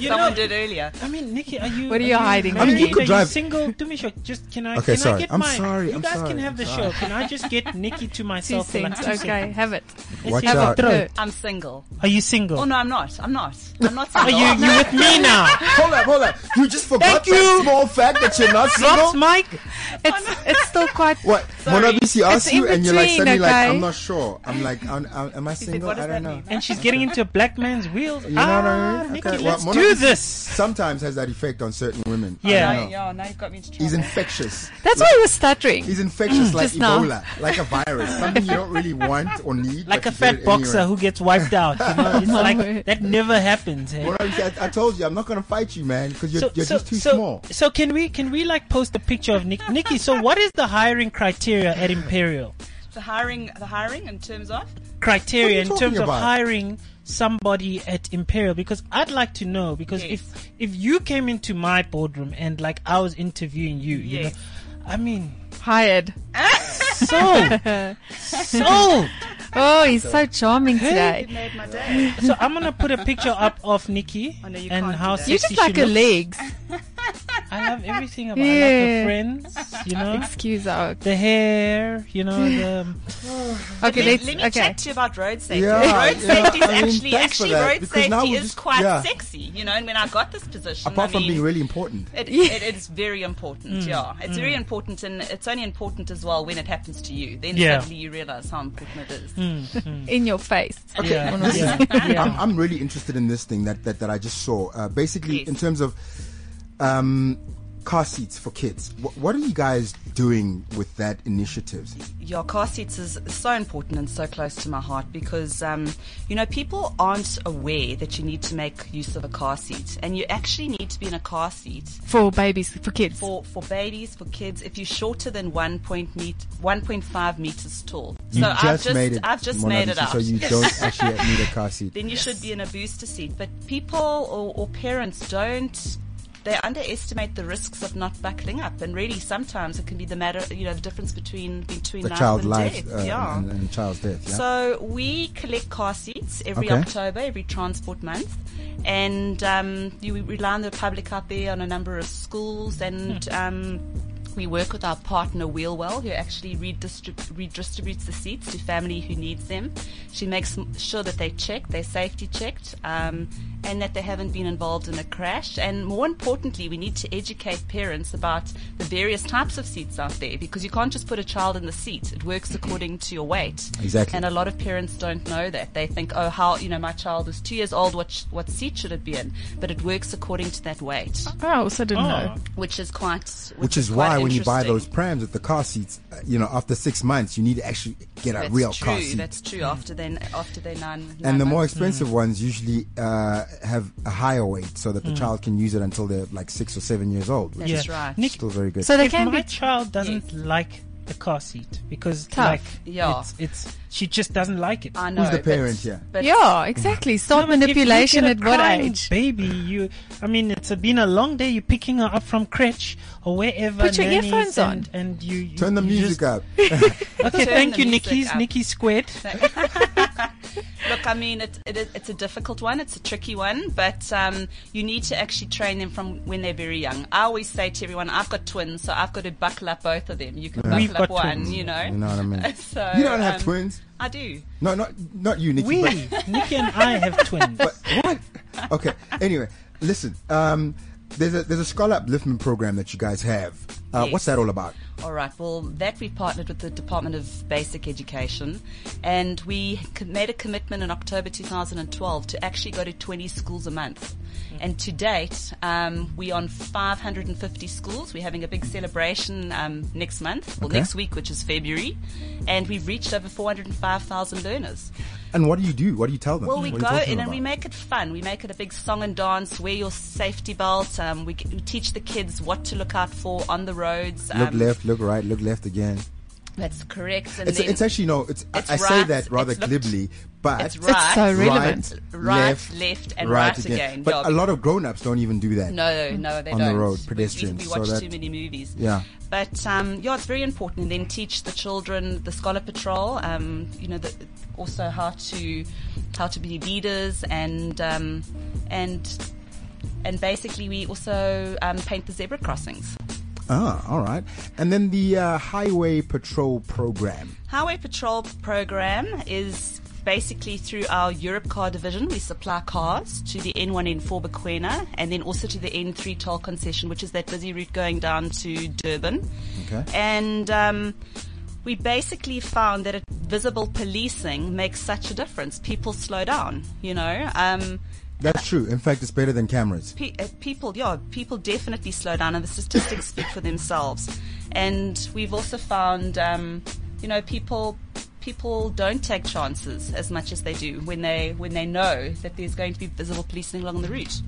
Speaker 2: you
Speaker 8: Someone
Speaker 2: know,
Speaker 8: did earlier.
Speaker 2: I mean, Nikki, are you?
Speaker 3: What are you hiding?
Speaker 2: I mean, you could
Speaker 1: drive-
Speaker 2: single. Do me a shot. Just can I?
Speaker 1: Okay,
Speaker 2: can
Speaker 1: sorry.
Speaker 2: I get
Speaker 1: I'm
Speaker 2: my,
Speaker 1: sorry,
Speaker 2: You
Speaker 1: I'm
Speaker 2: guys can
Speaker 1: sorry,
Speaker 2: have the
Speaker 1: I'm
Speaker 2: show. Can I just get Nikki to
Speaker 3: Two
Speaker 2: myself? for like
Speaker 3: things.
Speaker 2: two
Speaker 3: Okay,
Speaker 2: seconds?
Speaker 3: have it.
Speaker 2: Let's
Speaker 1: Watch
Speaker 2: see
Speaker 1: out.
Speaker 2: if I can throw it.
Speaker 8: I'm single.
Speaker 2: Are you single?
Speaker 8: Oh, no, I'm not. I'm not. I'm not
Speaker 2: Are
Speaker 8: single.
Speaker 2: you you with me now?
Speaker 1: Hold up, hold up. You just forgot
Speaker 2: Thank you.
Speaker 1: that small fact that you're not
Speaker 2: Drops,
Speaker 1: single.
Speaker 2: Mike.
Speaker 3: It's it's still quite.
Speaker 1: What? Mona Bisi
Speaker 3: It's
Speaker 1: asks
Speaker 3: in
Speaker 1: you, and you're like
Speaker 3: between,
Speaker 1: suddenly like,
Speaker 3: okay?
Speaker 1: I'm not sure. I'm like, I'm, I'm, am I single?
Speaker 8: "What does
Speaker 1: I don't
Speaker 8: that
Speaker 1: know.
Speaker 8: mean?"
Speaker 2: And she's getting into a black man's wheels.
Speaker 1: You know what
Speaker 2: ah,
Speaker 1: I mean?
Speaker 2: Nikki,
Speaker 1: Okay, well,
Speaker 2: let's
Speaker 1: Mona
Speaker 2: do
Speaker 1: Bisi
Speaker 2: this.
Speaker 1: Sometimes has that effect on certain women. I
Speaker 2: Yeah.
Speaker 1: don't know.
Speaker 8: Yeah, now you've got me into trouble.
Speaker 1: He's infectious.
Speaker 3: That's why he was stuttering.
Speaker 1: He's infectious like
Speaker 3: Just now.
Speaker 1: Ebola, like a virus, something you don't really want or need.
Speaker 2: Like
Speaker 1: but
Speaker 2: a
Speaker 1: you
Speaker 2: fat
Speaker 1: get it
Speaker 2: boxer
Speaker 1: anyway.
Speaker 2: who gets wiped out. You know, it's like
Speaker 3: word.
Speaker 2: that never happens. eh?
Speaker 1: Mona Bisi, I, I told you, I'm not gonna fight you, man, because you're, you're just too
Speaker 2: so,
Speaker 1: small.
Speaker 2: So can we can we like post a picture of Nick, Nikki? So what is the hiring criteria at Imperial?
Speaker 8: The hiring, the hiring in terms of
Speaker 2: Criteria in
Speaker 1: What are you talking
Speaker 2: terms of
Speaker 1: about?
Speaker 2: hiring somebody at Imperial because I'd like to know because
Speaker 8: Yes.
Speaker 2: if if you came into my boardroom and like I was interviewing you, you
Speaker 8: Yes.
Speaker 2: know, I mean,
Speaker 3: Hired.
Speaker 2: sold, sold.
Speaker 3: Oh, he's so charming today.
Speaker 8: made my day.
Speaker 2: So I'm gonna put a picture up of Nikki
Speaker 8: I know Oh, you
Speaker 2: and
Speaker 8: can't
Speaker 2: how
Speaker 8: do that.
Speaker 2: sexy
Speaker 3: You're just like
Speaker 2: she
Speaker 3: her
Speaker 2: looks.
Speaker 3: legs.
Speaker 2: I love everything about
Speaker 3: Yeah.
Speaker 2: I love the friends, you know,
Speaker 3: Excuse out.
Speaker 2: the hair, you know, the
Speaker 3: Okay,
Speaker 8: Let,
Speaker 3: let's,
Speaker 8: let me
Speaker 3: okay.
Speaker 8: chat to you about road safety.
Speaker 1: Yeah,
Speaker 8: road
Speaker 1: yeah,
Speaker 8: safety is
Speaker 1: I mean, thanks
Speaker 8: actually,
Speaker 1: for
Speaker 8: actually,
Speaker 1: that,
Speaker 8: road
Speaker 1: because
Speaker 8: safety
Speaker 1: now we
Speaker 8: is
Speaker 1: just-
Speaker 8: quite
Speaker 1: yeah.
Speaker 8: sexy, you know. And when I got this position,
Speaker 1: Apart
Speaker 8: I
Speaker 1: from
Speaker 8: mean,
Speaker 1: being Mm. really important.
Speaker 8: It,
Speaker 3: Yeah.
Speaker 8: it is very important, yeah. It's very important, and it's only important as well when it happens to you. Then
Speaker 2: Yeah.
Speaker 8: suddenly you realize how important it is.
Speaker 1: Mm.
Speaker 3: In your face.
Speaker 2: yeah,
Speaker 3: Honestly.
Speaker 2: yeah,
Speaker 1: I'm,
Speaker 2: yeah.
Speaker 1: I'm really interested in this thing that that, that I just saw. Uh, basically,
Speaker 8: Yes.
Speaker 1: in terms of um, car seats for kids, what, what are you guys doing with that initiative?
Speaker 8: your car seats is so important and so close to my heart because um, you know people aren't aware that you need to make use of a car seat and you actually need to be in a car seat
Speaker 3: For babies, for kids.
Speaker 8: for, for babies for kids if you're shorter than 1. point meet, 1.5 meters tall so
Speaker 1: You
Speaker 8: I've just
Speaker 1: made it.
Speaker 8: I've just
Speaker 1: Mona
Speaker 8: made it
Speaker 1: Lisa,
Speaker 8: up
Speaker 1: So you don't actually need a car seat.
Speaker 8: then you should be in a booster seat but people or, or parents don't they underestimate the risks of not buckling up and really sometimes it can be the matter you know the difference between between
Speaker 1: The
Speaker 8: life
Speaker 1: child
Speaker 8: and
Speaker 1: life
Speaker 8: death
Speaker 1: uh,
Speaker 8: yeah
Speaker 1: and, and child's death. Yeah?
Speaker 8: so we collect car seats every
Speaker 1: Okay.
Speaker 8: October, every transport month, and um, you we rely on the public out there on a number of schools, and um, we work with our partner Wheelwell, who actually redistrib- redistributes the seats to family who needs them. She makes m- sure that they check, they're safety checked, um, and that they haven't been involved in a crash. And more importantly, we need to educate parents about the various types of seats out there because you can't just put a child in the seat. It works according to your weight.
Speaker 1: Exactly.
Speaker 8: And a lot of parents don't know that. They think, oh, how, you know, my child is two years old, what, sh- what seat should it be in? But it works according to that weight,
Speaker 3: oh, I also didn't know.
Speaker 8: which is quite, which,
Speaker 1: which is
Speaker 8: quite
Speaker 1: why when you buy
Speaker 8: interesting.
Speaker 1: those prams with the car seats, uh, you know, after six months, you need to actually get a
Speaker 8: That's
Speaker 1: real
Speaker 8: true.
Speaker 1: car seat.
Speaker 8: That's true. After then, after they nine. nine
Speaker 1: and the more
Speaker 8: months.
Speaker 1: expensive ones usually uh, have a higher weight so that the child can use it until they're like six or seven years old, which
Speaker 8: Hmm. Yeah.
Speaker 1: is
Speaker 8: That's right.
Speaker 2: Nick,
Speaker 1: still very good.
Speaker 3: So they
Speaker 2: if
Speaker 3: can
Speaker 2: my
Speaker 3: be.
Speaker 2: child doesn't like the car seat because
Speaker 3: Tough.
Speaker 2: like
Speaker 8: Yeah.
Speaker 2: it's, it's she just doesn't like it.
Speaker 8: I know,
Speaker 1: Who's the
Speaker 8: but-
Speaker 1: parent here?
Speaker 8: But
Speaker 3: Yeah, exactly.
Speaker 2: No,
Speaker 3: Stop
Speaker 2: but if you
Speaker 3: manipulation
Speaker 2: get
Speaker 3: at
Speaker 2: a
Speaker 3: what
Speaker 2: crying
Speaker 3: age?
Speaker 2: Baby, you. I mean, it's a, been a long day. You're picking her up from crutch or wherever.
Speaker 3: Put your
Speaker 2: nannies
Speaker 3: earphones on.
Speaker 2: and, and you, you-
Speaker 1: Turn the
Speaker 2: you
Speaker 1: music
Speaker 2: just-
Speaker 1: up.
Speaker 2: Okay,
Speaker 8: Turn
Speaker 2: thank
Speaker 8: the
Speaker 2: you,
Speaker 8: music
Speaker 2: Nikki's
Speaker 8: up.
Speaker 2: Nikki Squared.
Speaker 8: Look, I mean, it, it, it's a difficult one. It's a tricky one, but um, you need to actually train them from when they're very young. I always say to everyone, I've got twins, so I've got to buckle up both of them. You can buckle
Speaker 2: We've
Speaker 8: up
Speaker 2: got
Speaker 8: one,
Speaker 2: twins.
Speaker 8: you know.
Speaker 1: You know what I mean?
Speaker 8: So,
Speaker 1: you don't have
Speaker 8: um,
Speaker 1: twins.
Speaker 8: I do.
Speaker 1: No, not not you, Nikki.
Speaker 2: We,
Speaker 1: but-
Speaker 2: Nikki and I have twins.
Speaker 1: okay. Anyway, listen. Um, there's a there's a scholar upliftment program that you guys have. Uh,
Speaker 8: Yes.
Speaker 1: What's that all about?
Speaker 8: All right. Well, that we've partnered with the Department of Basic Education, and we c- made a commitment in October 2012 to actually go to 20 schools a month.
Speaker 1: Mm-hmm.
Speaker 8: And to date, um, we're on 550 schools. We're having a big celebration um, next month, or
Speaker 1: Okay.
Speaker 8: next week, which is February, and we've reached over 405,000 learners.
Speaker 1: And what do you do? What do you tell them?
Speaker 8: Well, we
Speaker 1: What are you
Speaker 8: go
Speaker 1: talking
Speaker 8: in and
Speaker 1: about?
Speaker 8: we make it fun. We make it a big song and dance. Wear your safety belt. Um, we, g- we teach the kids what to look out for on the roads. Um,
Speaker 1: Look left, look right, look left again.
Speaker 8: That's correct. And
Speaker 1: It's,
Speaker 8: then
Speaker 1: it's actually no. It's, I-
Speaker 8: It's
Speaker 1: I, say
Speaker 8: right,
Speaker 1: that rather
Speaker 8: it's looked-
Speaker 1: glibly, but
Speaker 8: it's right.
Speaker 3: It's so relevant.
Speaker 8: Right, left, and right again.
Speaker 1: But a
Speaker 8: Yeah.
Speaker 1: lot of grown-ups don't even do that.
Speaker 8: No, no, they
Speaker 1: On the
Speaker 8: don't.
Speaker 1: road,
Speaker 8: We- we-
Speaker 1: pedestrians,
Speaker 8: We,
Speaker 1: so
Speaker 8: watch
Speaker 1: that-
Speaker 8: too many movies.
Speaker 1: Yeah.
Speaker 8: But um, yeah, it's very important. And then teach the children the scholar patrol. Um, you know, the, also how to how to be leaders and um, and and basically we also um, paint the zebra crossings.
Speaker 1: Ah, all right. And then the uh, highway patrol program.
Speaker 8: Highway Patrol program is basically through our Europe car division. We supply cars to the N1 N4 Bequena and then also to the N3 toll concession, which is that busy route going down to Durban.
Speaker 1: Okay.
Speaker 8: And um, we basically found that it, visible policing makes such a difference. People slow down, you know. Um,
Speaker 1: That's true. In fact, it's better than cameras.
Speaker 8: pe- uh, people, yeah, people definitely slow down, and the statistics speak for themselves. And we've also found, um, you know, people people don't take chances as much as they do when they when they know that there's going to be visible policing along the route.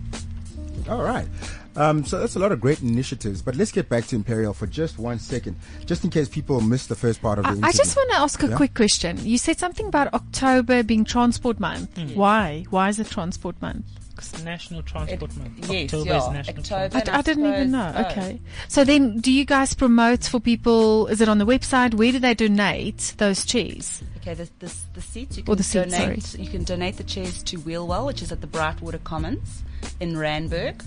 Speaker 1: All right. Um, so that's a lot of great initiatives. But let's get back to Imperial for just one second, just in case people missed the first part of the
Speaker 3: I,
Speaker 1: interview.
Speaker 3: I just want to ask a
Speaker 1: Yeah?
Speaker 3: quick question. You said something about October being Transport Month. Why? Why is it Transport Month?
Speaker 2: National Transport Month.
Speaker 8: yes,
Speaker 2: October
Speaker 8: yeah,
Speaker 2: is National
Speaker 8: October.
Speaker 3: I,
Speaker 2: Transport.
Speaker 3: d-
Speaker 8: And I
Speaker 3: I didn't even
Speaker 8: suppose
Speaker 3: know.
Speaker 8: so.
Speaker 3: Okay. So then, do you guys promote for people? Is it on the website? Where do they donate those cheese?
Speaker 8: Okay, the, the, the seats you can
Speaker 3: Or the seats,
Speaker 8: donate. You can donate the chairs to Wheelwell, which is at the Brightwater Commons. in Randburg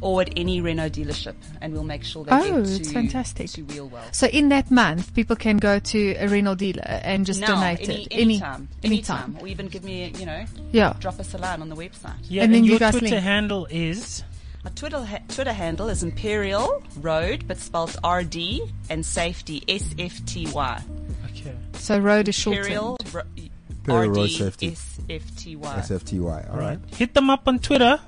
Speaker 8: or at any Renault dealership, and we'll make sure they
Speaker 3: Oh,
Speaker 8: get to,
Speaker 3: it's fantastic.
Speaker 8: to wheel well.
Speaker 3: So in that month, people can go to a renal dealer and just
Speaker 8: now,
Speaker 3: donate
Speaker 8: any,
Speaker 3: it.
Speaker 8: anytime,
Speaker 3: anytime.
Speaker 8: anytime, or even give me, you know,
Speaker 3: Yeah.
Speaker 8: drop us a line on the website.
Speaker 2: Yeah, and,
Speaker 3: And then you
Speaker 2: your
Speaker 3: guys
Speaker 2: Twitter
Speaker 3: link.
Speaker 2: handle is
Speaker 8: Our Twitter, ha- Twitter handle is Imperial Road, but spelled RD, and Safety, SFTY.
Speaker 2: okay.
Speaker 3: So road is
Speaker 8: Imperial
Speaker 3: shortened.
Speaker 8: Ro-
Speaker 1: Imperial
Speaker 8: RD,
Speaker 1: Road Safety.
Speaker 8: SFTY.
Speaker 1: SFTY. All right.
Speaker 2: Hit them up on Twitter.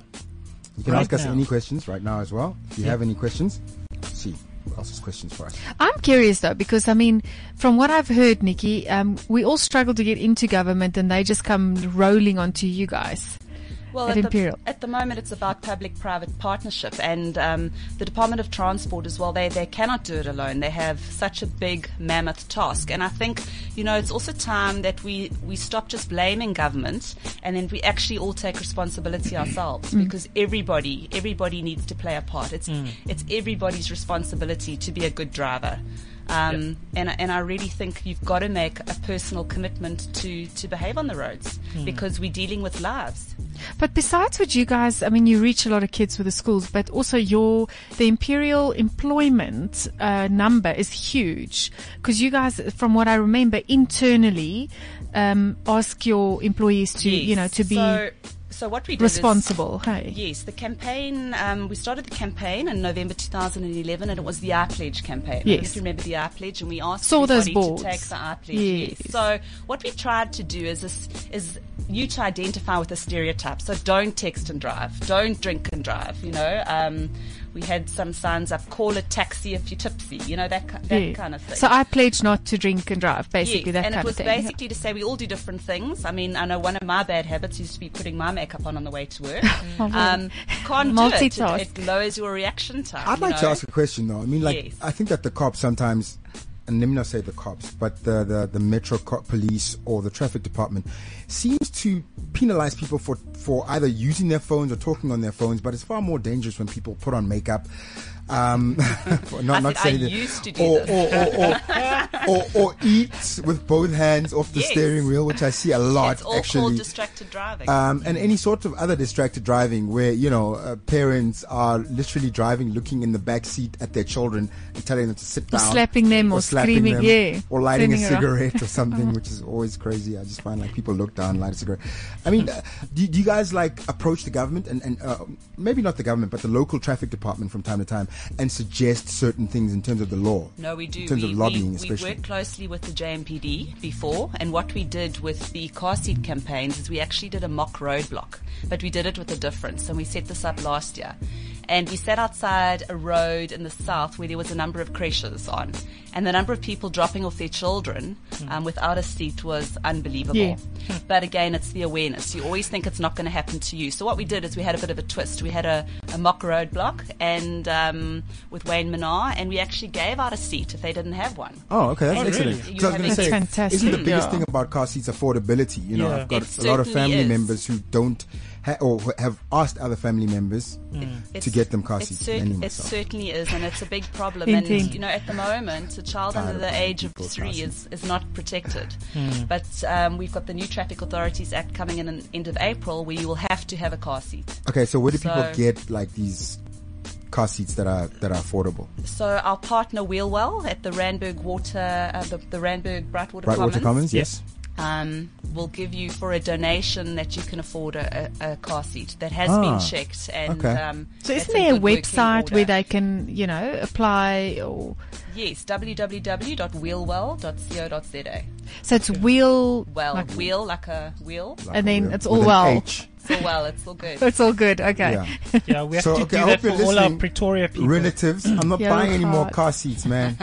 Speaker 1: You can
Speaker 2: Right
Speaker 1: ask us
Speaker 2: now.
Speaker 1: any questions right now as well. If you have any questions, see who else has questions for us.
Speaker 3: I'm curious though, because I mean, from what I've heard, Nikki, um, we all struggle to get into government and they just come rolling onto you guys.
Speaker 8: Well,
Speaker 3: at
Speaker 8: the-
Speaker 3: Imperial.
Speaker 8: at the moment, it's about public-private partnership, and um, the Department of Transport as well. They they cannot do it alone. They have such a big mammoth task, and I think you know it's also time that we we stop just blaming government, and then we actually all take responsibility ourselves
Speaker 3: Mm.
Speaker 8: because everybody everybody needs to play a part. It's it's everybody's responsibility to be a good driver. Um, and, I- and I really think you've got to make a personal commitment to, to behave on the roads
Speaker 3: Mm.
Speaker 8: because we're dealing with lives.
Speaker 3: But besides what you guys, I mean, you reach a lot of kids with the schools, but also your, the Imperial employment, uh, number is huge. Cause you guys, from what I remember, internally, um, ask your employees to, you know, to be
Speaker 8: so, so what we did is-
Speaker 3: responsible. Hey.
Speaker 8: yes, the campaign. Um, we started the campaign in November 2011, and it was the I Pledge campaign. I don't know
Speaker 3: Yes.
Speaker 8: if you remember the I Pledge, and we asked
Speaker 3: Saw those
Speaker 8: everybody
Speaker 3: boards.
Speaker 8: to take the I Pledge.
Speaker 3: Yes.
Speaker 8: yes. So what we tried to do is this, is you to identify with a stereotype. So don't text and drive. Don't drink and drive. You know. Um, we had some signs up: call a taxi if you're tipsy. You know that ki- that
Speaker 3: Yeah.
Speaker 8: kind of thing.
Speaker 3: So I pledge not to drink and drive, basically
Speaker 8: Yes,
Speaker 3: that
Speaker 8: and
Speaker 3: kind
Speaker 8: it was
Speaker 3: of thing.
Speaker 8: basically to say we all do different things. I mean, I know one of my bad habits used to be putting my makeup on on the way to work. um, can't do it. it.
Speaker 3: Oh, Multitask.
Speaker 8: It lowers your reaction time.
Speaker 1: I'd
Speaker 8: you
Speaker 1: like to
Speaker 8: know.
Speaker 1: ask a question though. I mean, like,
Speaker 8: Yes.
Speaker 1: I think that the cops sometimes, and let me not say the cops, but the, the, the metro co- police or the traffic department seems to penalize people for, for either using their phones or talking on their phones, but it's far more dangerous when people put on makeup. Um, for- not,
Speaker 8: I
Speaker 1: not
Speaker 8: said
Speaker 1: saying
Speaker 8: I
Speaker 1: that-
Speaker 8: used to do
Speaker 1: or, or, or, or, or, eat with both hands off the
Speaker 8: Yes.
Speaker 1: steering wheel, which I see a lot
Speaker 8: It's all
Speaker 1: actually.
Speaker 8: called distracted driving.
Speaker 1: Um, and any sort of other distracted driving where, you know, uh, parents are literally driving, looking in the back seat at their children and telling them to sit down.
Speaker 3: slapping them or
Speaker 1: slapping
Speaker 3: screaming,
Speaker 1: them,
Speaker 3: yeah.
Speaker 1: Or lighting a
Speaker 3: Turning around.
Speaker 1: cigarette or something, which is always crazy. I just find like people look down, light a cigarette. I mean, uh, do, do you guys like approach the government and, and uh, maybe not the government, but the local traffic department from time to time and suggest certain things in terms of the law?
Speaker 8: No, we do.
Speaker 1: In terms
Speaker 8: we,
Speaker 1: of lobbying,
Speaker 8: we,
Speaker 1: especially.
Speaker 8: We worked closely with the JMPD before, and what we did with the car seat campaigns is we actually did a mock roadblock, but we did it with a difference, and we set this up last year. And we sat outside a road in the south where there was a number of creches on, and the number of people dropping off their children um, without a seat was unbelievable. But again, it's the awareness. You always think it's not going to happen to you. So what we did is we had a bit of a twist. We had a, a mock roadblock and um, with Wayne Minar, and we actually gave out a seat if they didn't have one.
Speaker 1: Oh, okay, that's
Speaker 2: Oh,
Speaker 1: excellent.
Speaker 2: really?
Speaker 1: 'Cause I was gonna
Speaker 8: That's
Speaker 1: say,
Speaker 3: fantastic.
Speaker 1: Isn't the biggest
Speaker 3: Yeah.
Speaker 1: thing about car seats affordability? You know,
Speaker 2: Yeah.
Speaker 1: I've got
Speaker 8: It
Speaker 1: a lot of
Speaker 8: certainly
Speaker 1: family
Speaker 8: is.
Speaker 1: members who don't ha- or who have asked other family members to
Speaker 8: Mm. It's-
Speaker 1: get them car
Speaker 8: it
Speaker 1: seats.
Speaker 8: cer-
Speaker 1: mainly
Speaker 8: it
Speaker 1: myself.
Speaker 8: certainly is, and it's a big problem.
Speaker 3: Hint,
Speaker 8: and
Speaker 3: hint.
Speaker 8: you know, at the moment, a child
Speaker 1: Tired
Speaker 8: under
Speaker 1: of
Speaker 8: the
Speaker 1: buying
Speaker 8: age of
Speaker 1: people's
Speaker 8: three
Speaker 1: houses.
Speaker 8: is, is not protected.
Speaker 3: Hmm.
Speaker 8: But um, we've got the new Traffic Authorities Act coming in at the end of April, where you will have to have a car seat.
Speaker 1: okay, so where do people
Speaker 8: So-
Speaker 1: get like these car seats that are that are affordable?
Speaker 8: So our partner Wheelwell at the Randburg Water, uh, the, the Randburg Brightwater
Speaker 1: Brightwater Commons, yes.
Speaker 8: um, will give you for a donation that you can afford a, a, a car seat that has
Speaker 1: Ah,
Speaker 8: been checked. And
Speaker 1: okay.
Speaker 8: um,
Speaker 3: So
Speaker 8: that's
Speaker 3: isn't
Speaker 8: in
Speaker 3: there a
Speaker 8: good working
Speaker 3: website where
Speaker 8: order.
Speaker 3: they can, you know, apply or
Speaker 8: Yes, www.wheelwell.co.za.
Speaker 3: so it's wheel
Speaker 8: Well,
Speaker 3: like-
Speaker 8: wheel like a wheel.
Speaker 1: Like
Speaker 3: And
Speaker 1: a
Speaker 3: then
Speaker 1: wheel-
Speaker 3: it's all
Speaker 1: with an
Speaker 3: well.
Speaker 1: H.
Speaker 8: It's all well. It's all good.
Speaker 3: It's all good. Okay.
Speaker 1: Yeah.
Speaker 2: Yeah, we have
Speaker 1: So,
Speaker 2: to
Speaker 1: okay, I
Speaker 2: do
Speaker 1: hope
Speaker 2: that for
Speaker 1: you're
Speaker 2: all our
Speaker 1: listening.
Speaker 2: Pretoria people.
Speaker 1: Relatives, I'm not
Speaker 3: Yeah,
Speaker 1: buying any more
Speaker 3: hard.
Speaker 1: car seats, man.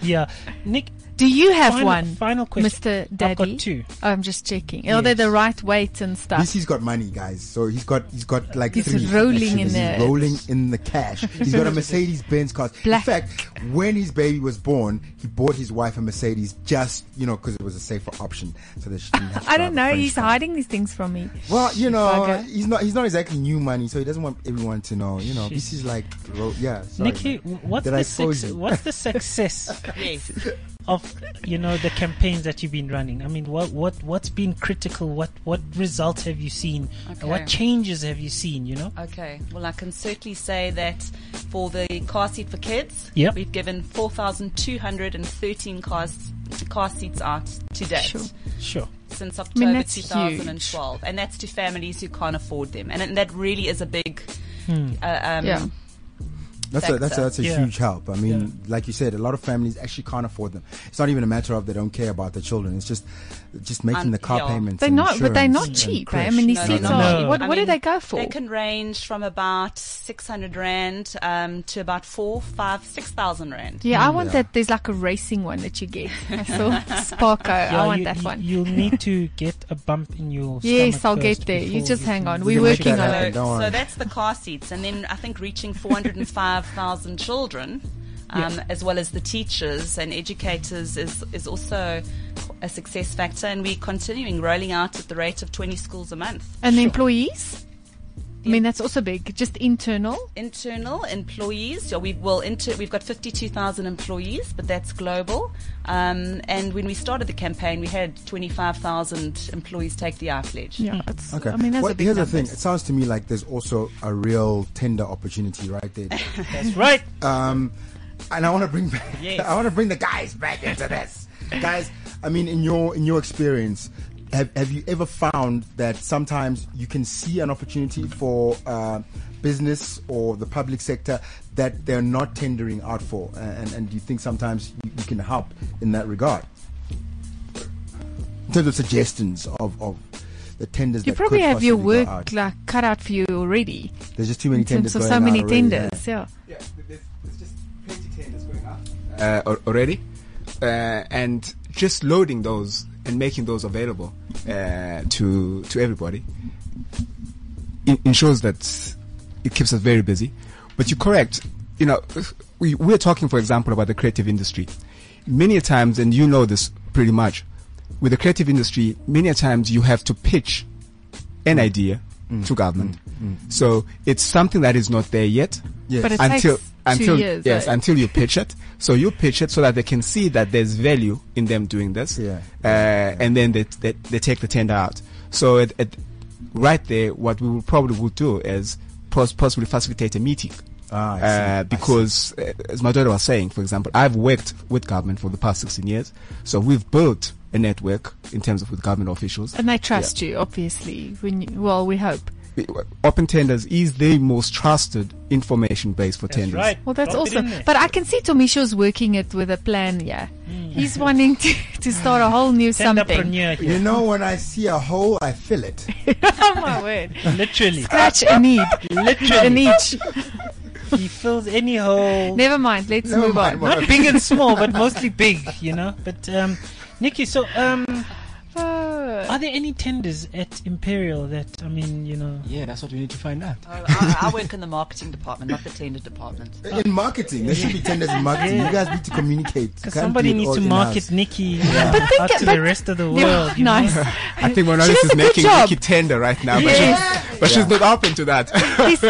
Speaker 2: Yeah, Nick,
Speaker 3: Do you have
Speaker 2: Final-
Speaker 3: one?
Speaker 2: final question.
Speaker 3: Mr.
Speaker 2: I've
Speaker 3: Daddy.
Speaker 2: got two.
Speaker 3: Oh, I'm just checking. Are they the right weight and stuff?
Speaker 1: This he's got money, guys. So he's got he's got like
Speaker 3: He's
Speaker 1: three.
Speaker 3: rolling
Speaker 1: actually.
Speaker 3: in
Speaker 1: he's
Speaker 3: there.
Speaker 1: rolling in the cash. He's got a Mercedes Benz car.
Speaker 3: Black.
Speaker 1: In fact, when his baby was born, he bought his wife a Mercedes just you know because it was a safer option. So that she didn't have to
Speaker 3: I
Speaker 1: drive
Speaker 3: don't
Speaker 1: a
Speaker 3: know.
Speaker 1: French
Speaker 3: He's
Speaker 1: car.
Speaker 3: hiding these things from me.
Speaker 1: Well, you know,
Speaker 3: Bugger.
Speaker 1: he's not he's not exactly new money, so he doesn't want everyone to know. You know, this is like ro- yeah. Sorry,
Speaker 2: Nikki,
Speaker 1: man.
Speaker 2: what's
Speaker 1: Did
Speaker 2: the
Speaker 1: I expose
Speaker 2: suc-
Speaker 1: you?
Speaker 2: what's the success
Speaker 8: yes.
Speaker 2: of you know the campaigns that you've been running? I mean, what what what's been critical? What what results have you seen? And
Speaker 8: Okay.
Speaker 2: What changes have you seen? You know.
Speaker 8: Okay. Well, I can certainly say that for the car seat for kids,
Speaker 2: Yep.
Speaker 8: we've given 4,213 cars, car seats out to date
Speaker 3: Sure.
Speaker 2: Sure.
Speaker 8: since
Speaker 3: mean,
Speaker 8: October
Speaker 3: that's
Speaker 8: 2012. And that's to families who can't afford them. And, and that really is a big,
Speaker 2: Hmm.
Speaker 8: uh, um,
Speaker 3: Yeah.
Speaker 1: That's a, that's a, that's a
Speaker 2: Yeah.
Speaker 1: huge help. I mean, like you said, a lot of families actually can't afford them. It's not even a matter of they don't care about the children. It's just just making
Speaker 8: Um,
Speaker 1: the car
Speaker 8: yeah.
Speaker 1: payments.
Speaker 3: They're
Speaker 1: and
Speaker 3: not, but they're
Speaker 1: insurance
Speaker 3: not
Speaker 1: and
Speaker 3: cheap. eh? I
Speaker 1: crash.
Speaker 3: mean, these
Speaker 8: No,
Speaker 3: seats
Speaker 8: they're
Speaker 3: are.
Speaker 8: not
Speaker 2: cheap.
Speaker 3: What,
Speaker 8: I
Speaker 3: what do
Speaker 8: mean,
Speaker 3: they go for?
Speaker 8: They can range from about 600 rand um, to about four, five, six thousand rand.
Speaker 3: yeah, I want
Speaker 1: Yeah.
Speaker 3: that. There's like a racing one that you get. I saw Sparko.
Speaker 2: Yeah,
Speaker 3: I want
Speaker 2: you,
Speaker 3: that
Speaker 2: you-
Speaker 3: one.
Speaker 2: You'll need to get a bump in your.
Speaker 3: Yes,
Speaker 2: stomach
Speaker 3: I'll get
Speaker 2: first
Speaker 3: there. You
Speaker 2: before
Speaker 3: just hang
Speaker 2: can-
Speaker 3: on.
Speaker 2: you
Speaker 3: We're
Speaker 2: can
Speaker 1: working
Speaker 2: make
Speaker 1: on
Speaker 2: that
Speaker 1: it.
Speaker 2: happen.
Speaker 8: So,
Speaker 1: don't worry.
Speaker 8: so that's the car seats, and then I think reaching 405,000 children, um, as well as the teachers and educators, is is also a success factor. And we're continuing rolling out at the rate of 20 schools a month.
Speaker 3: And the employees? I mean, that's also big. Just internal.
Speaker 8: internal employees. Yeah, we will inter- we've got 52,000 employees, but that's global. Um, and when we started the campaign, we had 25,000 employees take the I pledge.
Speaker 3: Yeah, that's,
Speaker 1: Okay.
Speaker 3: I mean, that's
Speaker 1: Well,
Speaker 3: a big
Speaker 1: here's
Speaker 3: numbers.
Speaker 1: the thing. It sounds to me like there's also a real tender opportunity right there.
Speaker 2: That's right.
Speaker 1: Um, and I want to bring back.
Speaker 8: Yes.
Speaker 1: I want to bring the guys back into this, guys. I mean, in your in your experience, have have you ever found that sometimes you can see an opportunity for uh, business or the public sector that they're not tendering out for, and and do you think sometimes you, you can help in that regard? In terms of suggestions of of the tenders,
Speaker 3: You
Speaker 1: that
Speaker 3: probably
Speaker 1: could
Speaker 3: have your
Speaker 1: possibly go
Speaker 3: work
Speaker 1: out.
Speaker 3: like cut out for you already
Speaker 1: There's just too many
Speaker 3: in
Speaker 1: tenders
Speaker 3: terms of
Speaker 1: going
Speaker 3: so
Speaker 1: out
Speaker 3: many
Speaker 1: already, yeah.
Speaker 3: tenders. Yeah.
Speaker 6: Yeah, there's, there's just plenty tenders going up uh, al- already, uh, and just loading those and making those available uh, to to everybody i- ensures that it keeps us very busy. But you're correct. You know, we we're talking, for example, about the creative industry. Many a times, and you know this pretty much, with the creative industry, many a times you have to pitch an idea to government. So it's something that is not there yet.
Speaker 1: Yes.
Speaker 3: But it
Speaker 6: until
Speaker 3: takes
Speaker 6: until
Speaker 3: two years.
Speaker 6: yes,
Speaker 3: though.
Speaker 6: until you pitch it. So you pitch it so that they can see that there's value in them doing this.
Speaker 1: Yeah.
Speaker 6: Uh, and then they, they they take the tender out. So it, it, right there, what we will probably will do is pos- possibly facilitate a meeting.
Speaker 1: Ah, I see. I
Speaker 6: Uh,
Speaker 1: see.
Speaker 6: because, uh, as my daughter was saying, for example, I've worked with government for the past 16 years. So we've built a network in terms of with government officials.
Speaker 3: And they trust you, obviously. When you, well, we hope.
Speaker 6: Open tenders is the most trusted information base for
Speaker 2: That's
Speaker 6: tenders.
Speaker 2: right.
Speaker 3: Well, that's
Speaker 2: Drop it in
Speaker 3: awesome.
Speaker 2: there.
Speaker 3: But I can see Tomisho's working it with a plan. Yeah, he's wanting to, to start a whole new something.
Speaker 2: Tenderpreneur here.
Speaker 1: You know, when I see a hole, I fill it.
Speaker 3: oh my word!
Speaker 2: Literally.
Speaker 3: Scratch a need, a
Speaker 2: Literally.
Speaker 3: need.
Speaker 2: he fills any hole.
Speaker 3: Never mind. Let's
Speaker 1: Never
Speaker 3: move
Speaker 1: mind,
Speaker 3: on.
Speaker 1: what-
Speaker 2: Not big and small, but mostly big, you know? But, um, Nikki, so, um,
Speaker 3: Oh.
Speaker 2: are there any tenders at Imperial that, I mean, you know?
Speaker 5: Yeah, that's what we need to find out.
Speaker 8: Oh, I, I work in the marketing department, not the tender department.
Speaker 1: In marketing, there should be tenders in marketing.
Speaker 3: Eh.
Speaker 1: You guys need to communicate. You
Speaker 2: Because
Speaker 1: can't
Speaker 2: somebody
Speaker 1: do it
Speaker 2: needs
Speaker 1: all
Speaker 2: to
Speaker 1: in-house.
Speaker 2: market Nikki
Speaker 3: think-
Speaker 2: out to
Speaker 3: but-
Speaker 2: the rest of the world.
Speaker 3: Yeah,
Speaker 2: you know?
Speaker 3: nice.
Speaker 6: I think
Speaker 3: She
Speaker 6: Monalisa
Speaker 3: does
Speaker 6: is
Speaker 3: a good
Speaker 6: making
Speaker 3: job.
Speaker 6: Nikki tender right now, but,
Speaker 3: Yeah.
Speaker 6: she's, but she's not open to that.
Speaker 3: He's,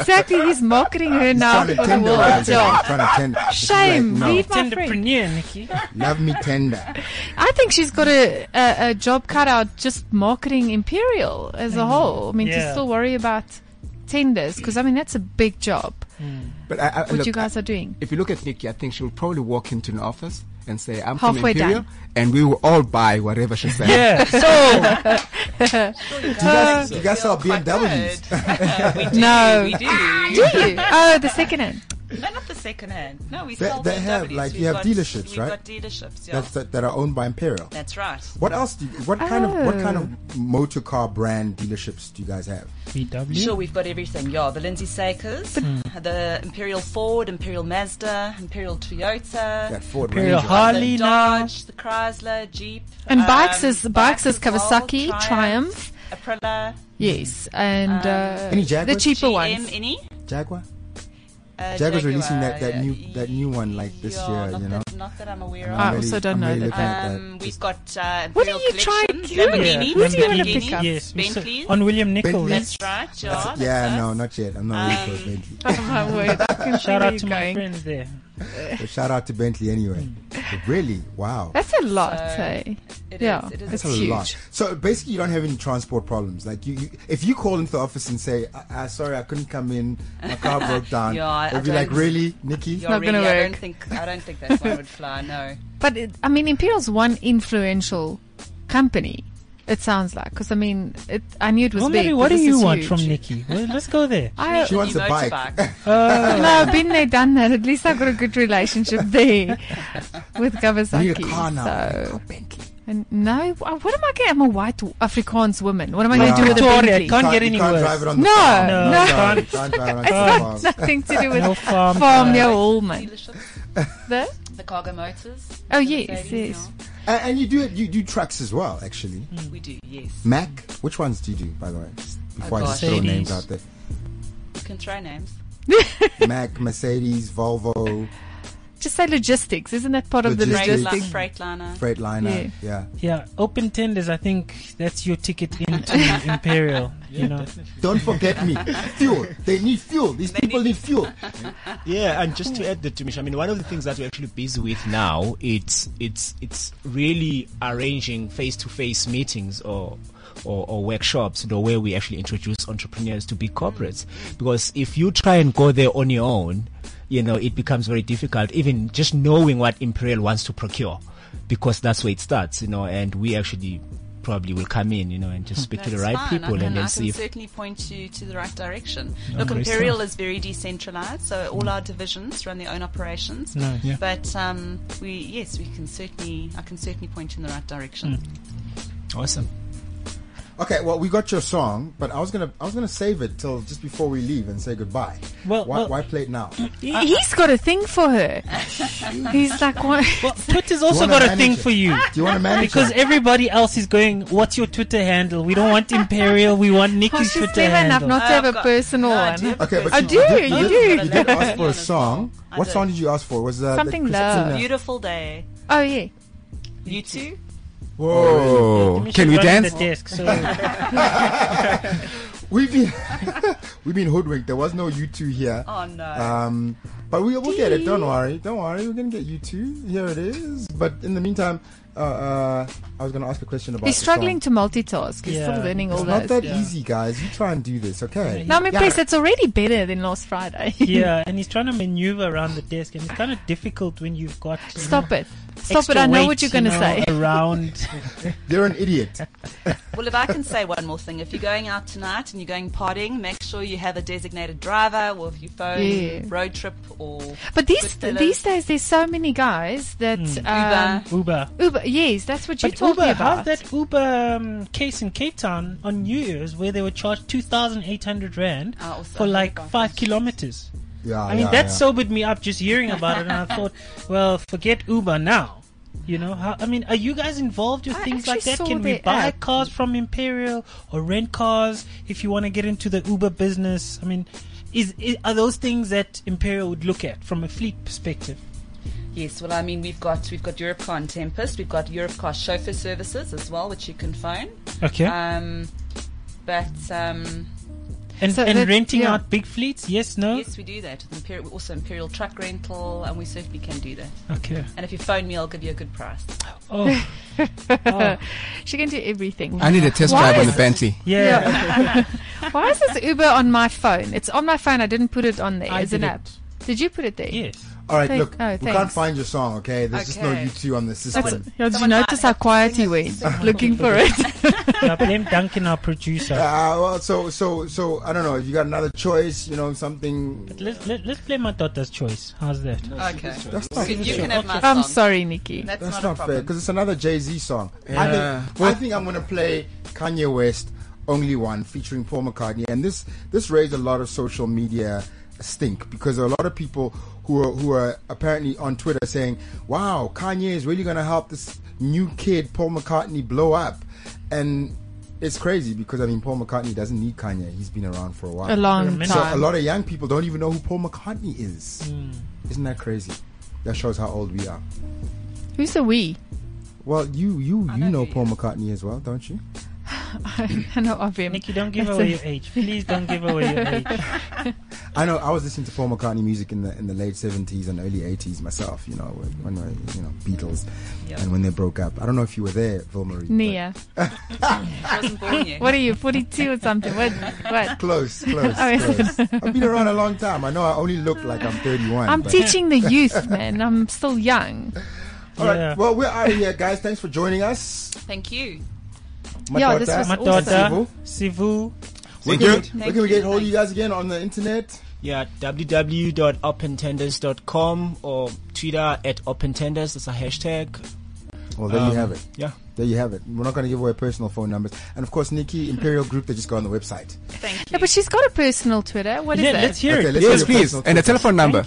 Speaker 3: exactly, he's marketing her
Speaker 1: He's
Speaker 3: now
Speaker 1: trying
Speaker 3: for
Speaker 1: to
Speaker 3: the
Speaker 1: tender.
Speaker 3: world
Speaker 1: right now.
Speaker 3: job.
Speaker 1: He's trying to tender. She's like,
Speaker 3: Shame,
Speaker 1: no,
Speaker 3: leave my friend.
Speaker 2: Tenderpreneur, Nikki.
Speaker 1: love me tender.
Speaker 3: I think she's got a, a, a job cut out just marketing Imperial as a whole. I mean, to
Speaker 2: Yeah.
Speaker 3: still worry about tenders because I mean that's a big job.
Speaker 6: But I, I,
Speaker 3: What
Speaker 6: look,
Speaker 3: you guys are doing?
Speaker 6: if you look at Nikki, I think she'll probably walk into an office and say, "I'm
Speaker 3: Halfway
Speaker 6: from Imperial,"
Speaker 3: done.
Speaker 6: and we will all buy whatever she says.
Speaker 2: Yeah, so
Speaker 1: Do you guys, do you guys sell BMWs?
Speaker 8: we do.
Speaker 3: No.
Speaker 8: We do.
Speaker 1: Ah,
Speaker 3: Do you? Oh, the second hand.
Speaker 8: no, not the second hand. No, we
Speaker 1: They-
Speaker 8: sell
Speaker 1: they have,
Speaker 8: BMWs.
Speaker 1: like, you
Speaker 8: We've
Speaker 1: have
Speaker 8: got-
Speaker 1: dealerships,
Speaker 8: we've
Speaker 1: right?
Speaker 8: got dealerships, yeah.
Speaker 1: That's
Speaker 8: That's,
Speaker 1: that, that are owned by Imperial.
Speaker 8: right.
Speaker 1: What else do you, what kind of what kind
Speaker 3: Oh.
Speaker 1: of motor car brand dealerships do you guys have?
Speaker 2: VW.
Speaker 8: Sure, we've got everything. Yeah, the Lindsay Sakers,
Speaker 1: Hmm.
Speaker 8: the Imperial Ford, Imperial Mazda, Imperial Toyota.
Speaker 1: That Ford
Speaker 2: Imperial
Speaker 1: Ranger.
Speaker 2: Harley.
Speaker 8: the
Speaker 2: now.
Speaker 8: Dodge, the Chrysler, Jeep, um,
Speaker 3: And bikes is- bikes is
Speaker 8: as well,
Speaker 3: Kawasaki, Triumph.
Speaker 8: Aprilia,
Speaker 3: Yes, and uh,
Speaker 1: Any
Speaker 3: the
Speaker 1: Jaguars?
Speaker 3: cheaper
Speaker 8: GM,
Speaker 3: ones.
Speaker 8: any.
Speaker 1: Jaguar.
Speaker 8: Uh,
Speaker 1: Jaguar's releasing that- that
Speaker 8: yeah.
Speaker 1: new- that new one, like, this
Speaker 8: Yeah,
Speaker 1: year,
Speaker 8: not
Speaker 1: you
Speaker 8: that, Not that I'm aware
Speaker 1: I'm
Speaker 8: of.
Speaker 3: I also don't
Speaker 1: I'm
Speaker 3: know that.
Speaker 1: looking at
Speaker 8: Um,
Speaker 1: Just-
Speaker 8: we've got uh,
Speaker 3: What are
Speaker 8: Imperial
Speaker 3: you trying
Speaker 8: Collections,
Speaker 3: to do? Who
Speaker 8: Lamborghini,
Speaker 3: do you wanna
Speaker 8: Lamborghini,
Speaker 3: pick up?
Speaker 2: Yes, we saw-
Speaker 8: Bentleys.
Speaker 2: on William Nicol.
Speaker 1: Bentley?
Speaker 2: That's
Speaker 8: That's right, yeah.
Speaker 1: That's-
Speaker 8: that's
Speaker 1: yeah,
Speaker 8: us.
Speaker 1: no, not yet. I'm not ready for
Speaker 8: Um,
Speaker 1: Bentley.
Speaker 3: Oh my word! I can see
Speaker 2: shout
Speaker 3: where
Speaker 2: out
Speaker 3: you're
Speaker 2: to my
Speaker 3: going.
Speaker 2: friends there.
Speaker 1: But shout out to Bentley anyway. But really, wow.
Speaker 3: That's a lot, eh?
Speaker 8: So,
Speaker 3: hey.
Speaker 8: It is,
Speaker 3: Yeah,
Speaker 8: it is
Speaker 3: that's
Speaker 1: That's a
Speaker 3: huge.
Speaker 1: lot. So basically, you don't have any transport problems. Like you, you if you call into the office and say, I, I, "Sorry, I couldn't come in. My car broke down,"
Speaker 8: Yeah, I-
Speaker 1: they'll
Speaker 8: I
Speaker 1: be like,
Speaker 8: don't-
Speaker 1: "Really, Nikki?"
Speaker 8: You're
Speaker 3: not gonna
Speaker 8: really- I don't
Speaker 3: work.
Speaker 8: think I don't think that one would fly. No.
Speaker 3: But it, I mean, Imperial's one influential company. It sounds like because I mean, it, I knew it was
Speaker 2: Well,
Speaker 3: big.
Speaker 2: maybe
Speaker 3: but
Speaker 2: what do
Speaker 3: this
Speaker 2: you
Speaker 3: is
Speaker 2: want
Speaker 3: huge.
Speaker 2: from Nikki? Well, let's go there. Uh,
Speaker 3: I,
Speaker 1: She wants a
Speaker 8: New
Speaker 1: bike.
Speaker 8: motorbike.
Speaker 3: no, I've been there, done that. At least I've got a good relationship there with
Speaker 1: I
Speaker 3: Kawasaki.
Speaker 1: need a car now. I
Speaker 3: So,
Speaker 1: can't Bentley.
Speaker 3: and no, wha- what am I going? I'm a white Afrikaans woman. What am I going
Speaker 1: No.
Speaker 3: to do with a
Speaker 2: Victoria,
Speaker 3: Bentley?
Speaker 2: can't
Speaker 1: You
Speaker 2: get any
Speaker 1: you can't
Speaker 2: worse.
Speaker 1: drive it on the
Speaker 3: No,
Speaker 1: farm.
Speaker 2: no. No.
Speaker 1: sorry, you can't drive it on the
Speaker 3: It's
Speaker 1: farm.
Speaker 3: got nothing to do with
Speaker 2: No farm
Speaker 3: farm
Speaker 2: car.
Speaker 3: near Ullman.
Speaker 8: Dealerships,
Speaker 3: The-
Speaker 8: the cargo motors.
Speaker 3: Oh,
Speaker 8: the
Speaker 3: yes,
Speaker 8: Mercedes,
Speaker 3: yes. Mm.
Speaker 1: And, and you do it. You do trucks as well, actually.
Speaker 8: yeah. We do, yes.
Speaker 1: Mac. Which ones do you do, by the way? Just Before I just
Speaker 8: gosh.
Speaker 1: throw names
Speaker 2: Mercedes.
Speaker 1: out there.
Speaker 8: You can try names.
Speaker 1: Mac, Mercedes, Volvo,
Speaker 3: Just say logistics. Isn't that part of the
Speaker 1: Logistics.
Speaker 8: Freightliner.
Speaker 3: logistics?
Speaker 8: Freightliner.
Speaker 1: Freightliner. Yeah.
Speaker 2: Yeah, open tenders. I think that's your ticket into Imperial. You know,
Speaker 1: Don't forget me. Fuel. They need fuel. These people need fuel.
Speaker 5: Yeah, and just to add that to Mish, I mean, one of the things that we're actually busy with now, it's it's it's really arranging face-to-face meetings or. Or, or workshops, you know, where we actually introduce entrepreneurs to big corporates. Because if you try and go there on your own, you know, it becomes very difficult, even just knowing what Imperial wants to procure, because that's where it starts, you know, and we actually probably will come in, you know, and just speak to the
Speaker 8: That's
Speaker 5: right
Speaker 8: fine.
Speaker 5: people
Speaker 8: I
Speaker 5: and
Speaker 8: can,
Speaker 5: then
Speaker 8: I
Speaker 5: see
Speaker 8: can
Speaker 5: if
Speaker 8: certainly point you to the right direction. Look,
Speaker 5: great
Speaker 8: Imperial is very decentralized, so all our divisions run their own operations.
Speaker 2: No. Yeah.
Speaker 8: But um, we, yes, we can certainly, I can certainly point you in the right
Speaker 5: Mm.
Speaker 8: direction.
Speaker 5: awesome.
Speaker 1: Okay, well, we got your song, but I was gonna, I was gonna save it till just before we leave and say goodbye.
Speaker 2: Well,
Speaker 1: why,
Speaker 2: well-
Speaker 1: why play it now?
Speaker 3: He's got a thing for her. He's like, what?
Speaker 2: well, Twitter's also
Speaker 1: wanna
Speaker 2: got a
Speaker 1: manage
Speaker 2: thing
Speaker 1: it?
Speaker 2: for you.
Speaker 1: Do you want to manage?
Speaker 2: Because
Speaker 1: it?
Speaker 2: everybody else is going, what's your Twitter handle? We don't want Imperial, we want Nikki's
Speaker 3: She's
Speaker 2: Twitter
Speaker 3: clever enough
Speaker 2: handle.
Speaker 3: not to
Speaker 8: I've
Speaker 3: have a
Speaker 8: got-
Speaker 3: personal
Speaker 8: Oh, No, I do
Speaker 3: one.
Speaker 8: have a
Speaker 1: okay, but
Speaker 3: I
Speaker 1: you,
Speaker 3: do,
Speaker 1: did,
Speaker 3: you
Speaker 1: you
Speaker 3: do,
Speaker 1: did,
Speaker 3: you
Speaker 1: you did
Speaker 8: do.
Speaker 1: ask for a song.
Speaker 8: I
Speaker 1: What
Speaker 8: did.
Speaker 1: song did you ask for? Was uh, the
Speaker 3: Something
Speaker 1: Christina-
Speaker 3: love.
Speaker 8: Beautiful day.
Speaker 3: Oh yeah.
Speaker 8: You too?
Speaker 1: Oh,
Speaker 6: Whoa.
Speaker 2: She's
Speaker 6: Oh, Can we
Speaker 2: running
Speaker 6: dance?
Speaker 2: The desk, so
Speaker 1: We've been, we've been hoodwinked. There was no U two here.
Speaker 8: Oh, no.
Speaker 3: Uh.
Speaker 1: Um, but we, we'll get it. Don't worry. Don't worry. We're gonna get you two. Here it is. But in the meantime, uh, uh, I was gonna ask a question about.
Speaker 3: He's
Speaker 1: the
Speaker 3: struggling
Speaker 1: song.
Speaker 3: to multitask. He's
Speaker 2: Yeah.
Speaker 3: still learning all
Speaker 1: It's not
Speaker 3: those.
Speaker 1: that
Speaker 2: Yeah.
Speaker 1: easy, guys. You try and do this, okay?
Speaker 3: no, I mean,
Speaker 1: Yeah.
Speaker 3: please, that's already better than last Friday.
Speaker 2: yeah, and he's trying to maneuver around the desk, and it's kind of difficult when you've got. you
Speaker 3: Stop
Speaker 2: know,
Speaker 3: it. Stop it.
Speaker 2: extra
Speaker 3: I know
Speaker 2: weight,
Speaker 3: what you're going to
Speaker 2: you know,
Speaker 3: say.
Speaker 2: Around.
Speaker 1: You're an idiot.
Speaker 8: Well, if I can say one more thing, if you're going out tonight and you're going partying, make sure you have a designated driver, or if you phone
Speaker 3: Yeah.
Speaker 8: road trip or
Speaker 3: But these
Speaker 8: Goodfellas.
Speaker 3: these days, there's so many guys that
Speaker 8: Hmm.
Speaker 3: um,
Speaker 2: Uber.
Speaker 3: Uber. Yes, that's what you
Speaker 2: But
Speaker 3: told
Speaker 2: Uber,
Speaker 3: me
Speaker 2: how's
Speaker 3: about.
Speaker 2: that Uber um, case in Cape Town on New Year's where they were charged 2,800 Rand
Speaker 8: Ah, also
Speaker 2: for like
Speaker 8: about
Speaker 2: five kilometers?
Speaker 1: Yeah,
Speaker 2: I mean,
Speaker 1: Ah, yeah,
Speaker 2: that
Speaker 1: yeah.
Speaker 2: sobered me up just hearing about it, and I thought, well, forget Uber now. You know, how, I mean, are you guys involved with
Speaker 3: I
Speaker 2: things like
Speaker 3: actually
Speaker 2: that?
Speaker 3: saw
Speaker 2: Can we
Speaker 3: the
Speaker 2: buy
Speaker 3: ad-
Speaker 2: cars from Imperial or rent cars if you want to get into the Uber business? I mean, is, is are those things that Imperial would look at from a fleet perspective?
Speaker 8: Yes, well, I mean, we've got we've got Europcar and Tempest, we've got Europcar chauffeur services as well, which you can phone.
Speaker 2: Okay,
Speaker 8: Um, but um,
Speaker 2: and
Speaker 3: so
Speaker 2: and
Speaker 3: that-
Speaker 2: renting
Speaker 3: yeah.
Speaker 2: out big fleets? Yes, no.
Speaker 8: yes, we do that with Imperial, also Imperial Truck Rental, and we certainly can do that.
Speaker 2: Okay.
Speaker 8: And if you phone me, I'll give you a good price.
Speaker 2: Oh, Oh,
Speaker 3: She can do everything.
Speaker 6: I need a test
Speaker 3: Why
Speaker 6: drive on
Speaker 3: is
Speaker 6: the Bentley.
Speaker 2: yeah.
Speaker 3: Why is this Uber on my phone? It's on my phone. I didn't put it on there
Speaker 2: I
Speaker 3: as an
Speaker 2: did
Speaker 3: app. Did you put it there?
Speaker 2: Yes.
Speaker 1: All right,
Speaker 3: Thank-
Speaker 1: look,
Speaker 3: oh,
Speaker 1: we can't
Speaker 3: thanks.
Speaker 1: find your song, okay? There's just no
Speaker 8: Okay.
Speaker 1: U2 on the system.
Speaker 3: That's, yeah, did you
Speaker 8: Someone
Speaker 3: notice
Speaker 8: might
Speaker 3: how
Speaker 8: have to
Speaker 3: quiet he
Speaker 8: sing
Speaker 3: went
Speaker 8: it.
Speaker 3: looking for it?
Speaker 2: yeah, blame Duncan, our producer.
Speaker 1: uh, well, so, so, so, I don't know. You got another choice, you know, something.
Speaker 2: Let's let, let's play my daughter's choice. How's that?
Speaker 8: Okay,
Speaker 1: That's not,
Speaker 8: you can have my
Speaker 3: I'm
Speaker 8: song.
Speaker 3: sorry, Nikki.
Speaker 8: That's,
Speaker 1: that's
Speaker 8: not,
Speaker 1: not
Speaker 8: a
Speaker 1: fair
Speaker 8: problem.
Speaker 1: because it's another Jay Z song. I,
Speaker 6: Yeah.
Speaker 1: think, I think I'm going to play Kanye West, Only One, featuring Paul McCartney. And this, this raised a lot of social media stink because a lot of people who are, who are apparently on Twitter saying, wow, Kanye is really going to help this new kid, Paul McCartney, blow up. And it's crazy because I mean Paul McCartney doesn't need Kanye. He's been around for a while.
Speaker 3: A long
Speaker 2: Remember-
Speaker 1: so
Speaker 3: time.
Speaker 1: a lot of young people don't even know who Paul McCartney is. Isn't that crazy? That shows how old we are.
Speaker 2: uh,
Speaker 3: Who's the we?
Speaker 1: Well, you you you
Speaker 8: know
Speaker 1: know
Speaker 8: who he
Speaker 1: Paul McCartney as well, don't you?
Speaker 3: I know of him.
Speaker 2: Nikki, don't give
Speaker 3: That's
Speaker 2: away
Speaker 3: it.
Speaker 2: your age. Please don't give away your age.
Speaker 1: I know. I was listening to Paul McCartney music in the in the late seventies and early eighties myself. You know, when when I- you know Beatles, and when they broke up. I don't know if you were there, Vilmarie. but-
Speaker 3: Nia.
Speaker 8: I wasn't born yet.
Speaker 3: What are you, 42 or something? What? What?
Speaker 1: Close, close,
Speaker 3: Oh,
Speaker 1: close. I've been around a long time. I know I only look like I'm 31.
Speaker 3: I'm
Speaker 1: but-
Speaker 3: teaching the youth, man. I'm still young.
Speaker 1: All right.
Speaker 2: Yeah.
Speaker 1: Well, we're out of here, guys. Thanks for joining us.
Speaker 8: Thank you.
Speaker 3: Yeah, this
Speaker 1: Matata.
Speaker 3: was awesome.
Speaker 2: Matata, Sivu,
Speaker 1: Where can, we, where
Speaker 8: Thank
Speaker 1: can we
Speaker 8: you.
Speaker 1: get hold of you guys again on the internet?
Speaker 5: Yeah, www.opentenders.com or Twitter at opentenders. That's a hashtag.
Speaker 1: Well, Oh, there
Speaker 5: Um,
Speaker 1: you have it.
Speaker 5: Yeah.
Speaker 1: There you have it. We're not going to give away personal phone numbers. And of course, Nikki, Imperial Group, they just go on the website.
Speaker 8: Thank you.
Speaker 3: Yeah, but she's got a personal Twitter. What is
Speaker 2: Yeah,
Speaker 3: it?
Speaker 2: let's hear it.
Speaker 1: let's
Speaker 6: Yes,
Speaker 1: hear your
Speaker 6: please.
Speaker 1: personal
Speaker 6: And a telephone number.
Speaker 8: I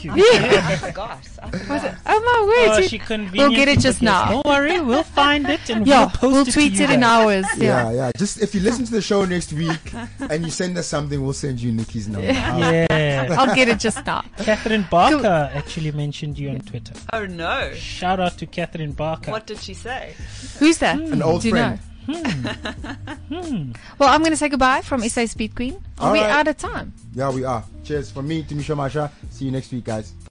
Speaker 8: forgot. I forgot.
Speaker 3: Oh my
Speaker 2: Oh,
Speaker 3: word!
Speaker 2: she
Speaker 3: you-
Speaker 2: conveniently
Speaker 3: we'll get it just
Speaker 2: forgets.
Speaker 3: now.
Speaker 2: Don't worry, we'll find it and
Speaker 3: Yeah,
Speaker 2: we'll post
Speaker 3: we'll
Speaker 2: it
Speaker 3: tweet
Speaker 2: to
Speaker 3: it
Speaker 2: you
Speaker 3: in
Speaker 2: guys.
Speaker 3: hours.
Speaker 1: Yeah,
Speaker 3: Yeah.
Speaker 1: yeah. Just if you listen to the show next week and you send us something, we'll send you Nikki's number. Um,
Speaker 2: Yeah,
Speaker 3: I'll get it just now.
Speaker 2: Catherine Barker actually mentioned you on Twitter.
Speaker 8: Oh no.
Speaker 2: Shout out to Catherine Barker.
Speaker 8: What did she say?
Speaker 3: Who's that?
Speaker 1: An old
Speaker 3: Do you
Speaker 1: friend.
Speaker 3: know?
Speaker 2: Hmm.
Speaker 3: well, I'm going to say goodbye from SA Speed Queen. Are
Speaker 1: All
Speaker 3: we
Speaker 1: right.
Speaker 3: out of time?
Speaker 1: Yeah, we are. Cheers. From me, Timisha Masha. See you next week, guys.